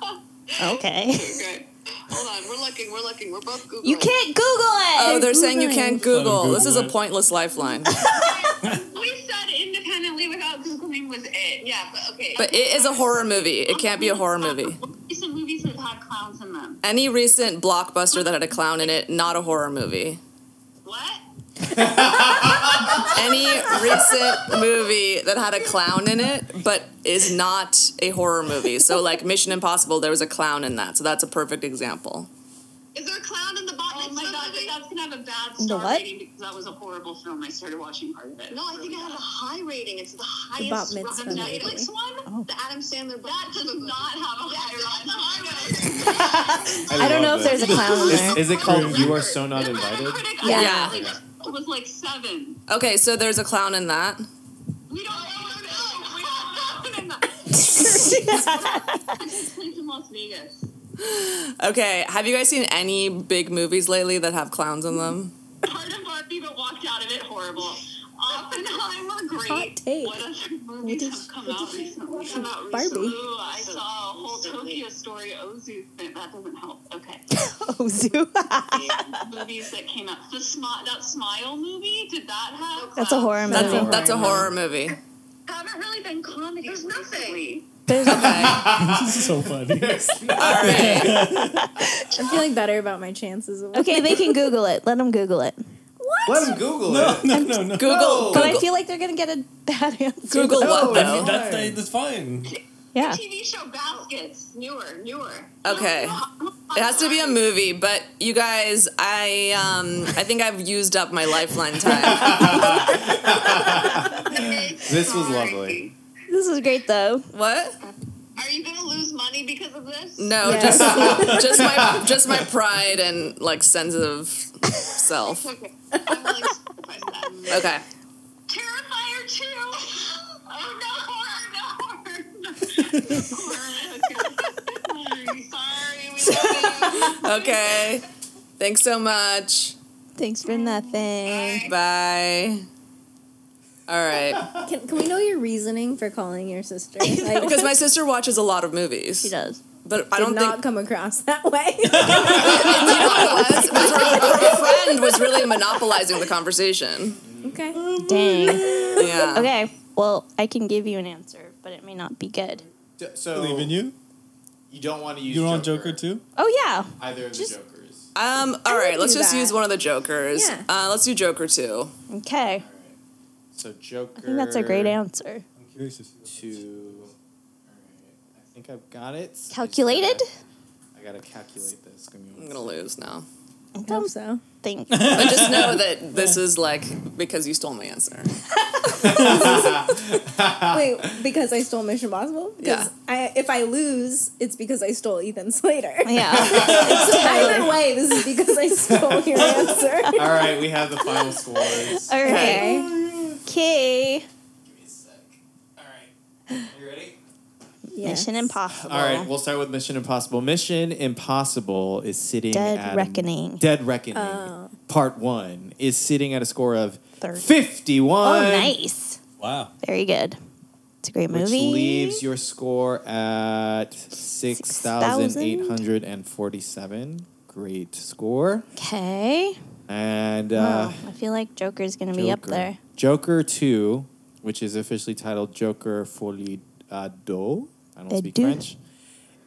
Speaker 2: Okay.
Speaker 9: *laughs* okay. Hold on. We're looking. We're looking. We're both googling.
Speaker 2: You can't Google it.
Speaker 4: oh they're saying you can't google this is a
Speaker 1: Google it.
Speaker 4: pointless lifeline
Speaker 9: We said independently without googling was it. Yeah. But okay.
Speaker 4: but it is a horror movie it can't be a horror movie
Speaker 9: Some movies that had clowns in them.
Speaker 4: any recent blockbuster that had a clown in it not a horror movie
Speaker 9: What?
Speaker 4: any recent movie that had a clown in it, but is not a horror movie. So, like Mission Impossible, there was a clown in that. So, that's a perfect example.
Speaker 9: Is there a clown in the bottom? Oh my god, that- that's gonna have a bad
Speaker 2: The
Speaker 9: star
Speaker 2: what?
Speaker 9: rating because that was a horrible film. I started watching part of it. No, I think it had a high rating. It's the
Speaker 5: Bat
Speaker 9: highest
Speaker 5: Mitzvah
Speaker 9: Rotten
Speaker 5: movie.
Speaker 9: Netflix one.
Speaker 2: Oh.
Speaker 9: The Adam Sandler. That does not have a high rating.
Speaker 2: I don't know
Speaker 6: love
Speaker 2: if there's a clown there.
Speaker 6: Is, is it called "You Are So Not
Speaker 9: The
Speaker 6: Invited"?
Speaker 9: Metacritic
Speaker 2: Yeah.
Speaker 9: honestly was like seven.
Speaker 4: Okay, so there's a clown in that.
Speaker 9: We don't know. We don't know.
Speaker 2: *laughs*
Speaker 9: It's in Las Vegas.
Speaker 4: Okay, have you guys seen any big movies lately that have clowns in them?
Speaker 9: Part of Barbie, but walked out of it horrible. Oppenheimer, great.
Speaker 5: Hot take.
Speaker 9: What other movies
Speaker 5: did-
Speaker 9: have come
Speaker 5: what
Speaker 9: out
Speaker 5: did you think
Speaker 9: recently?
Speaker 5: about
Speaker 9: Come out
Speaker 5: Barbie?
Speaker 9: recently. Ooh, I saw a whole Tokyo Story Ozu thing. That doesn't help. Okay.
Speaker 2: *laughs* Oh, zoo.
Speaker 9: The movies that came out. The Smi- that Smile movie, did that have?
Speaker 2: That's a horror movie.
Speaker 4: That's a, that's a horror movie.
Speaker 9: Haven't really been comedy. There's nothing.
Speaker 4: Okay.
Speaker 1: *laughs* so funny.
Speaker 4: *laughs*
Speaker 5: I'm feeling better about my chances of
Speaker 2: okay, they can Google it. Let them Google it.
Speaker 7: Let him Google
Speaker 1: No,
Speaker 7: it.
Speaker 1: no, no, no.
Speaker 4: Google
Speaker 2: But I
Speaker 4: Google,
Speaker 2: feel like they're gonna get a bad *laughs* answer. Oh,
Speaker 4: Google what though?
Speaker 1: That's, that's fine.
Speaker 2: Yeah.
Speaker 9: TV show Baskets, newer, newer.
Speaker 4: Okay. It has to be a movie, but you guys, I um, I think I've used up my lifeline time.
Speaker 7: This was lovely.
Speaker 2: This is great though.
Speaker 4: what?
Speaker 9: Are you gonna lose money because of this?
Speaker 4: No,
Speaker 5: Yes.
Speaker 4: just just my just my pride and like sensitive self.
Speaker 9: Okay. I'm willing to sacrifice that.
Speaker 4: Okay.
Speaker 9: Terrifier 2! Oh no, horror, no, horror, no. Horror, okay. Sorry, we love you.
Speaker 4: Okay. Thanks so much.
Speaker 2: Thanks for nothing.
Speaker 4: Bye. All right.
Speaker 5: *laughs* Can, can we know your reasoning for calling
Speaker 4: *laughs*
Speaker 5: your sister? Like,
Speaker 4: Because my sister watches a lot of movies,
Speaker 2: She does.
Speaker 4: but I
Speaker 5: did
Speaker 4: don't
Speaker 5: not
Speaker 4: think
Speaker 5: come across that way. *laughs*
Speaker 4: was, was her, her friend was really monopolizing the conversation.
Speaker 5: okay.
Speaker 2: Dang.
Speaker 4: Yeah.
Speaker 2: Okay. Well, I can give you an answer, but it may not be good.
Speaker 6: D- So
Speaker 1: Believe in
Speaker 6: you.
Speaker 1: you.
Speaker 6: don't want to use.
Speaker 1: You're
Speaker 6: Joker,
Speaker 1: on Joker too.
Speaker 2: Oh yeah.
Speaker 6: Either of the
Speaker 5: Just-
Speaker 6: Jokers.
Speaker 4: Um. All right.
Speaker 5: would
Speaker 4: Let's
Speaker 5: do
Speaker 4: just
Speaker 5: that.
Speaker 4: use one of the jokers.
Speaker 5: Yeah.
Speaker 4: Uh, let's do Joker two.
Speaker 2: Okay.
Speaker 6: So Joker.
Speaker 2: I think that's a great answer.
Speaker 1: I'm curious to see. what-
Speaker 6: To. Alright, I think I've got it. I just
Speaker 2: Calculated?
Speaker 6: gotta- I gotta calculate this. Give me one
Speaker 2: *laughs*
Speaker 4: I'm gonna lose
Speaker 5: *laughs*
Speaker 4: now.
Speaker 5: I hope so.
Speaker 6: *laughs*
Speaker 2: Think.
Speaker 4: But just know that this is like because you stole my answer.
Speaker 5: Wait, because I stole Mission Impossible? 'Cause
Speaker 4: Yeah.
Speaker 5: I, if I lose, it's because I stole Ethan Slater.
Speaker 2: yeah.
Speaker 5: so either way, this is because I stole your answer.
Speaker 6: All right, we have the final scores.
Speaker 2: All right.
Speaker 5: Okay.
Speaker 2: Okay.
Speaker 6: Give me a sec. All right, you ready?
Speaker 5: Yes.
Speaker 2: Mission Impossible.
Speaker 6: All right, we'll start with Mission Impossible. Mission Impossible is sitting
Speaker 2: Dead
Speaker 6: at a-
Speaker 2: Reckoning.
Speaker 6: Dead Reckoning,
Speaker 5: Oh.
Speaker 6: Part One, is sitting at a score of
Speaker 2: Third. Oh,
Speaker 6: fifty-one.
Speaker 2: nice.
Speaker 1: Wow.
Speaker 2: Very good. It's a great
Speaker 6: Which
Speaker 2: movie.
Speaker 6: leaves your score at 6,847. Great score.
Speaker 2: Okay.
Speaker 6: And
Speaker 2: Wow.
Speaker 6: uh,
Speaker 2: I feel like Joker's gonna be up
Speaker 6: Joker.
Speaker 2: there.
Speaker 6: Joker 2, which is officially titled Joker Folie à Deux. I don't
Speaker 2: They
Speaker 6: speak
Speaker 2: do.
Speaker 6: French.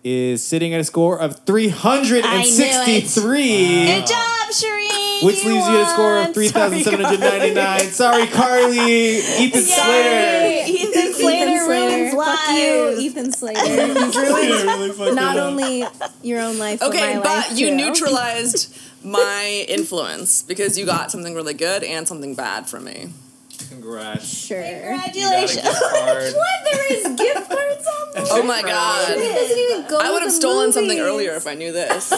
Speaker 6: Is sitting at a score of
Speaker 2: Good
Speaker 6: 363,
Speaker 2: job, Shireen.
Speaker 6: which leaves you at a score
Speaker 2: won.
Speaker 6: of 3,799. Sorry, Carly. Ethan Slater.
Speaker 2: Sorry. Ethan
Speaker 5: Ethan
Speaker 2: Slater ruins
Speaker 5: Fuck you,
Speaker 2: lives.
Speaker 5: Ethan Slater. You've ruined not only your own life,
Speaker 4: Okay,
Speaker 5: but, my
Speaker 4: but
Speaker 5: life
Speaker 4: you
Speaker 5: too. *laughs*
Speaker 4: neutralized my influence because you got something really good and something bad from me.
Speaker 6: Congrats.
Speaker 5: Sure.
Speaker 2: Congratulations. *laughs*
Speaker 5: What? There is gift cards on there.
Speaker 4: Oh my god.
Speaker 5: It doesn't even go.
Speaker 4: I would
Speaker 5: with
Speaker 4: have
Speaker 5: the
Speaker 4: stolen something
Speaker 5: movies.
Speaker 4: earlier if I knew this.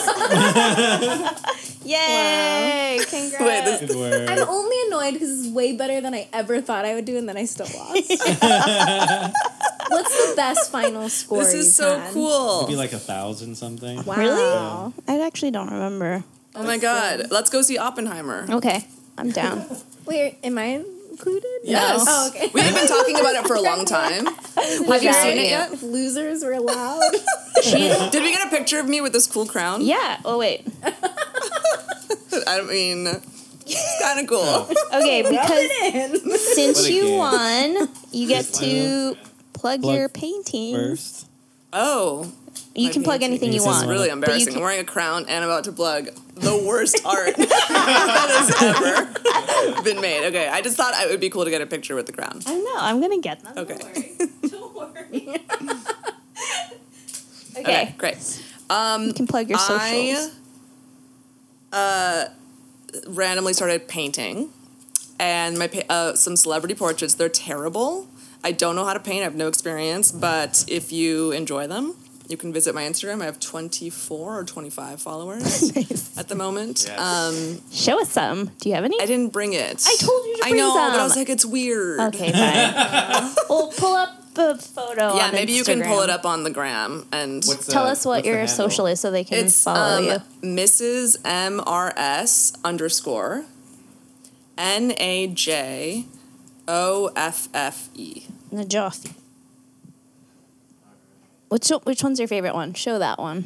Speaker 2: Yay. Congrats.
Speaker 4: Wait, this-
Speaker 1: Good work.
Speaker 5: *laughs* I'm only annoyed because it's way better than I ever thought I would do, and then I still lost. What's the best final score?
Speaker 4: This is
Speaker 5: you've
Speaker 4: so
Speaker 5: had?
Speaker 1: Be
Speaker 4: cool.
Speaker 1: like a thousand something.
Speaker 5: Wow.
Speaker 2: Really? I actually don't remember.
Speaker 4: Oh my god. Let's go see Oppenheimer.
Speaker 2: Okay. I'm *laughs* down.
Speaker 5: Wait, am I included?
Speaker 4: Yes.
Speaker 5: Oh, okay.
Speaker 4: We've been talking about it for a
Speaker 5: *laughs*
Speaker 4: long time. Have you seen it?
Speaker 5: If losers were allowed.
Speaker 4: Did we get a picture of me with this cool crown?
Speaker 2: yeah. Oh, wait.
Speaker 4: I mean, it's kind of cool.
Speaker 2: *laughs* Okay, because *laughs*
Speaker 5: in.
Speaker 2: since
Speaker 6: What a
Speaker 2: you
Speaker 6: game.
Speaker 2: won, you get to plug,
Speaker 1: Plug
Speaker 2: your painting.
Speaker 1: First.
Speaker 4: Oh,
Speaker 2: You
Speaker 4: My
Speaker 2: can plug
Speaker 4: painting.
Speaker 2: anything you
Speaker 1: This is
Speaker 4: it's
Speaker 1: Uh,
Speaker 2: want.
Speaker 4: really
Speaker 1: but you
Speaker 4: embarrassing.
Speaker 2: can-
Speaker 4: I'm wearing a crown and I'm about to plug the worst art *laughs* that has ever been made. Okay, I just thought it would be cool to get a picture with the crown.
Speaker 2: I don't know. I'm gonna get them.
Speaker 4: Okay.
Speaker 2: Okay,
Speaker 4: Okay, great. Um,
Speaker 2: you can plug your socials.
Speaker 4: I uh, randomly started painting, and my pa- uh, some celebrity portraits. They're terrible. I don't know how to paint. I have no experience. But if you enjoy them, you can visit my Instagram. I have twenty four or twenty five
Speaker 2: *laughs*
Speaker 4: followers
Speaker 2: Nice.
Speaker 4: at the moment.
Speaker 6: Yes.
Speaker 4: Um,
Speaker 2: Show us some. Do you have any?
Speaker 4: I didn't bring it.
Speaker 2: I told you to
Speaker 4: I
Speaker 2: bring
Speaker 4: know, but I
Speaker 2: some.
Speaker 4: was like, it's weird.
Speaker 2: okay, fine. *laughs* we'll pull up a photo.
Speaker 4: Yeah,
Speaker 2: on
Speaker 4: maybe you can pull
Speaker 2: Instagram.
Speaker 4: it up on the gram and.
Speaker 6: What's
Speaker 2: Tell
Speaker 6: the-
Speaker 2: us what
Speaker 6: what's the
Speaker 2: your
Speaker 6: handle?
Speaker 2: social is so they can
Speaker 4: It's
Speaker 2: follow
Speaker 4: um,
Speaker 2: you.
Speaker 4: Mrs. MRS underscore N A J O F F E.
Speaker 2: Najafi. Which which one's your favorite one? Show that one.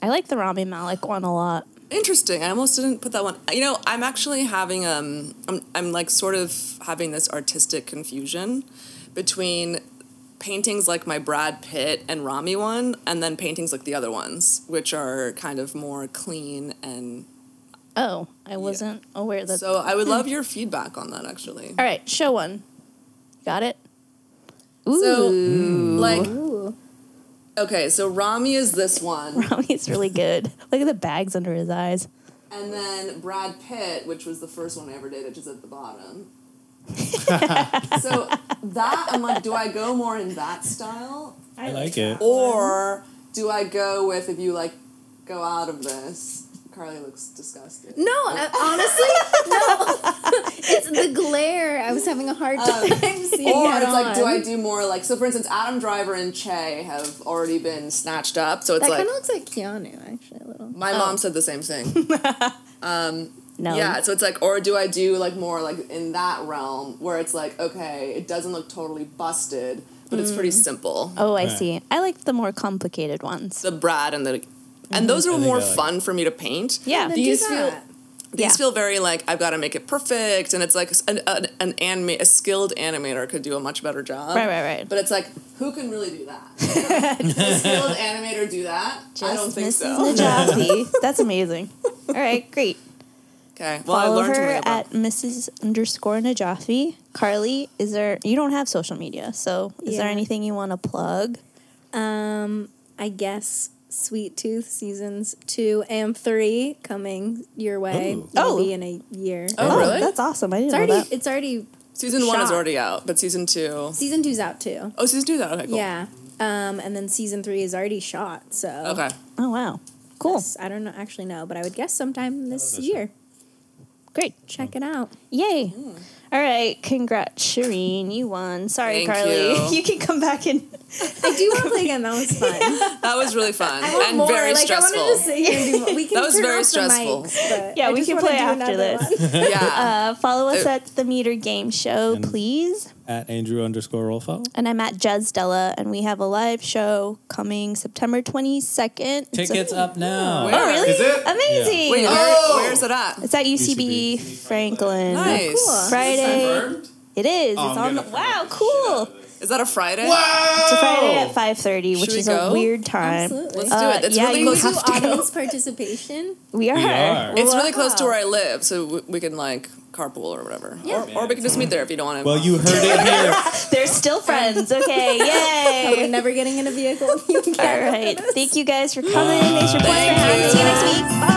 Speaker 2: I like the Rami Malik one a lot.
Speaker 4: Interesting. I almost didn't put that one. You know, I'm actually having um, I'm, I'm like sort of having this artistic confusion between paintings like my Brad Pitt and Rami one, and then paintings like the other ones, which are kind of more clean and.
Speaker 2: Oh, I wasn't aware that. Hmm.
Speaker 4: So I would love your feedback on that actually.
Speaker 2: All right, show one. Got it.
Speaker 4: So,
Speaker 2: Ooh,
Speaker 4: *laughs*
Speaker 2: *laughs*
Speaker 4: Like,
Speaker 5: Ooh.
Speaker 4: okay, so Rami is this one,
Speaker 2: Rami's really good. Look at the bags under his eyes.
Speaker 4: and then Brad Pitt, which was the first one I ever did, which is at the
Speaker 5: *laughs*
Speaker 4: bottom. so that I'm like, do I go more in that style,
Speaker 1: I like it.
Speaker 4: or do I go with if you like go out of this? Carly looks disgusted.
Speaker 5: No, I- honestly, no. *laughs* it's the glare. I was having a hard time *laughs* seeing
Speaker 4: Oh. Or
Speaker 5: that
Speaker 4: it's like, do
Speaker 5: on.
Speaker 4: I do more like so? For instance, Adam Driver and Che have already been snatched up, so it's
Speaker 5: that Oh.
Speaker 4: like
Speaker 5: kind of looks like Keanu, actually, a little.
Speaker 4: my mom said the same thing.
Speaker 2: No.
Speaker 4: Yeah, so it's like, or do I do like more like in that realm where it's like, okay, it doesn't look totally busted, but it's pretty simple.
Speaker 2: Oh, I
Speaker 1: Right.
Speaker 2: see. I like the more complicated ones.
Speaker 4: The Brad and the, and those are
Speaker 1: think
Speaker 4: more
Speaker 1: I like
Speaker 4: fun for me to paint.
Speaker 2: Mm-hmm. Yeah.
Speaker 5: Then
Speaker 4: These
Speaker 5: do
Speaker 4: feel-
Speaker 5: that.
Speaker 4: These
Speaker 2: Yeah.
Speaker 4: feel very like I've got to make it perfect, and it's like an an, an anima- a skilled animator could do a much better job.
Speaker 2: Right, right, right.
Speaker 4: But it's like, who can really do
Speaker 2: *laughs*
Speaker 4: that? Can a skilled animator do that? I don't think
Speaker 2: Mrs.
Speaker 4: so. *laughs*
Speaker 2: Najafi. That's amazing. All right, great.
Speaker 4: Okay, well, I
Speaker 2: Follow
Speaker 4: learned
Speaker 2: her
Speaker 4: something about.
Speaker 2: at Mrs. underscore Najafi. Carly, is there? You don't have social media, so is there
Speaker 5: Yeah.
Speaker 2: anything you want to plug?
Speaker 5: Um, I guess Sweet Tooth seasons two and three coming your way.
Speaker 1: Ooh.
Speaker 2: Oh.
Speaker 5: maybe in a year.
Speaker 4: Oh, really?
Speaker 2: That's awesome. I didn't
Speaker 5: It's
Speaker 2: know
Speaker 5: already.
Speaker 2: that.
Speaker 5: It's already.
Speaker 4: season one is
Speaker 5: shot.
Speaker 4: already out, but season two.
Speaker 5: Season two's out too.
Speaker 4: Oh, season two is out. Okay, cool.
Speaker 5: Yeah. Um, and then season three is already shot. So.
Speaker 4: Okay.
Speaker 2: Oh wow, cool,
Speaker 5: Yes, I don't know, actually know, but I would guess sometime
Speaker 4: Oh,
Speaker 5: this
Speaker 1: that show.
Speaker 5: year.
Speaker 2: great,
Speaker 5: Check it out.
Speaker 2: yay!
Speaker 4: Hmm.
Speaker 2: All right, congrats, Shireen, you won. Sorry,
Speaker 4: Thank
Speaker 2: Carly, *laughs*
Speaker 4: you.
Speaker 2: you can come back and
Speaker 5: I do want to play again. That was fun.
Speaker 2: *laughs*
Speaker 4: That was really fun
Speaker 5: I want
Speaker 4: and
Speaker 5: more.
Speaker 4: very
Speaker 5: like,
Speaker 4: stressful.
Speaker 5: I wanted to sit here and do more. We can
Speaker 4: That was
Speaker 5: turn
Speaker 4: very
Speaker 5: off the
Speaker 4: stressful.
Speaker 5: mics, but
Speaker 2: Yeah,
Speaker 5: I
Speaker 2: we
Speaker 5: just
Speaker 2: can
Speaker 5: wanna
Speaker 2: play
Speaker 5: do
Speaker 2: after
Speaker 5: another
Speaker 2: *laughs* this.
Speaker 5: one.
Speaker 4: yeah.
Speaker 2: uh, follow us
Speaker 4: Uh,
Speaker 2: at the Meter Game Show,
Speaker 1: And-
Speaker 2: please.
Speaker 1: At Andrew underscore
Speaker 5: *laughs*
Speaker 1: Rolfo.
Speaker 2: And I'm at Jez Della, and we have a live show coming September 22nd. It's a-
Speaker 1: Tickets up now.
Speaker 4: Where?
Speaker 2: Oh, really?
Speaker 7: Is it?
Speaker 2: Amazing.
Speaker 4: Wait,
Speaker 7: Oh!
Speaker 4: where, where's it at?
Speaker 2: It's at UCB, Franklin.
Speaker 4: Nice.
Speaker 2: Friday.
Speaker 7: Confirmed?
Speaker 2: It is.
Speaker 7: Oh,
Speaker 2: it's
Speaker 7: I'm
Speaker 2: on.
Speaker 7: gonna
Speaker 2: wow, cool.
Speaker 4: Is that a Friday?
Speaker 6: Uh,
Speaker 2: It's a Friday at 5:30, which
Speaker 4: Oh. Should we
Speaker 2: is a
Speaker 4: go?
Speaker 2: weird time.
Speaker 5: Absolutely.
Speaker 4: Let's do
Speaker 2: Uh,
Speaker 4: it. That's
Speaker 2: yeah,
Speaker 4: really
Speaker 2: you
Speaker 5: we
Speaker 4: close.
Speaker 5: do
Speaker 2: have to go.
Speaker 5: audience participation.
Speaker 2: We are.
Speaker 1: are.
Speaker 4: It's really
Speaker 2: Wow.
Speaker 4: close to where I live, so we, we can like carpool or whatever.
Speaker 5: Yeah.
Speaker 4: Or, or we can just meet there if you don't want to.
Speaker 1: Well, you heard it here.
Speaker 2: They're still friends. Okay.
Speaker 4: *laughs*
Speaker 5: Oh, We're
Speaker 2: Yay. *laughs*
Speaker 5: never getting in a vehicle.
Speaker 2: All right. Thank you guys for coming. Thanks for playing.
Speaker 4: Thank
Speaker 2: See you next
Speaker 4: you.
Speaker 2: week. Bye.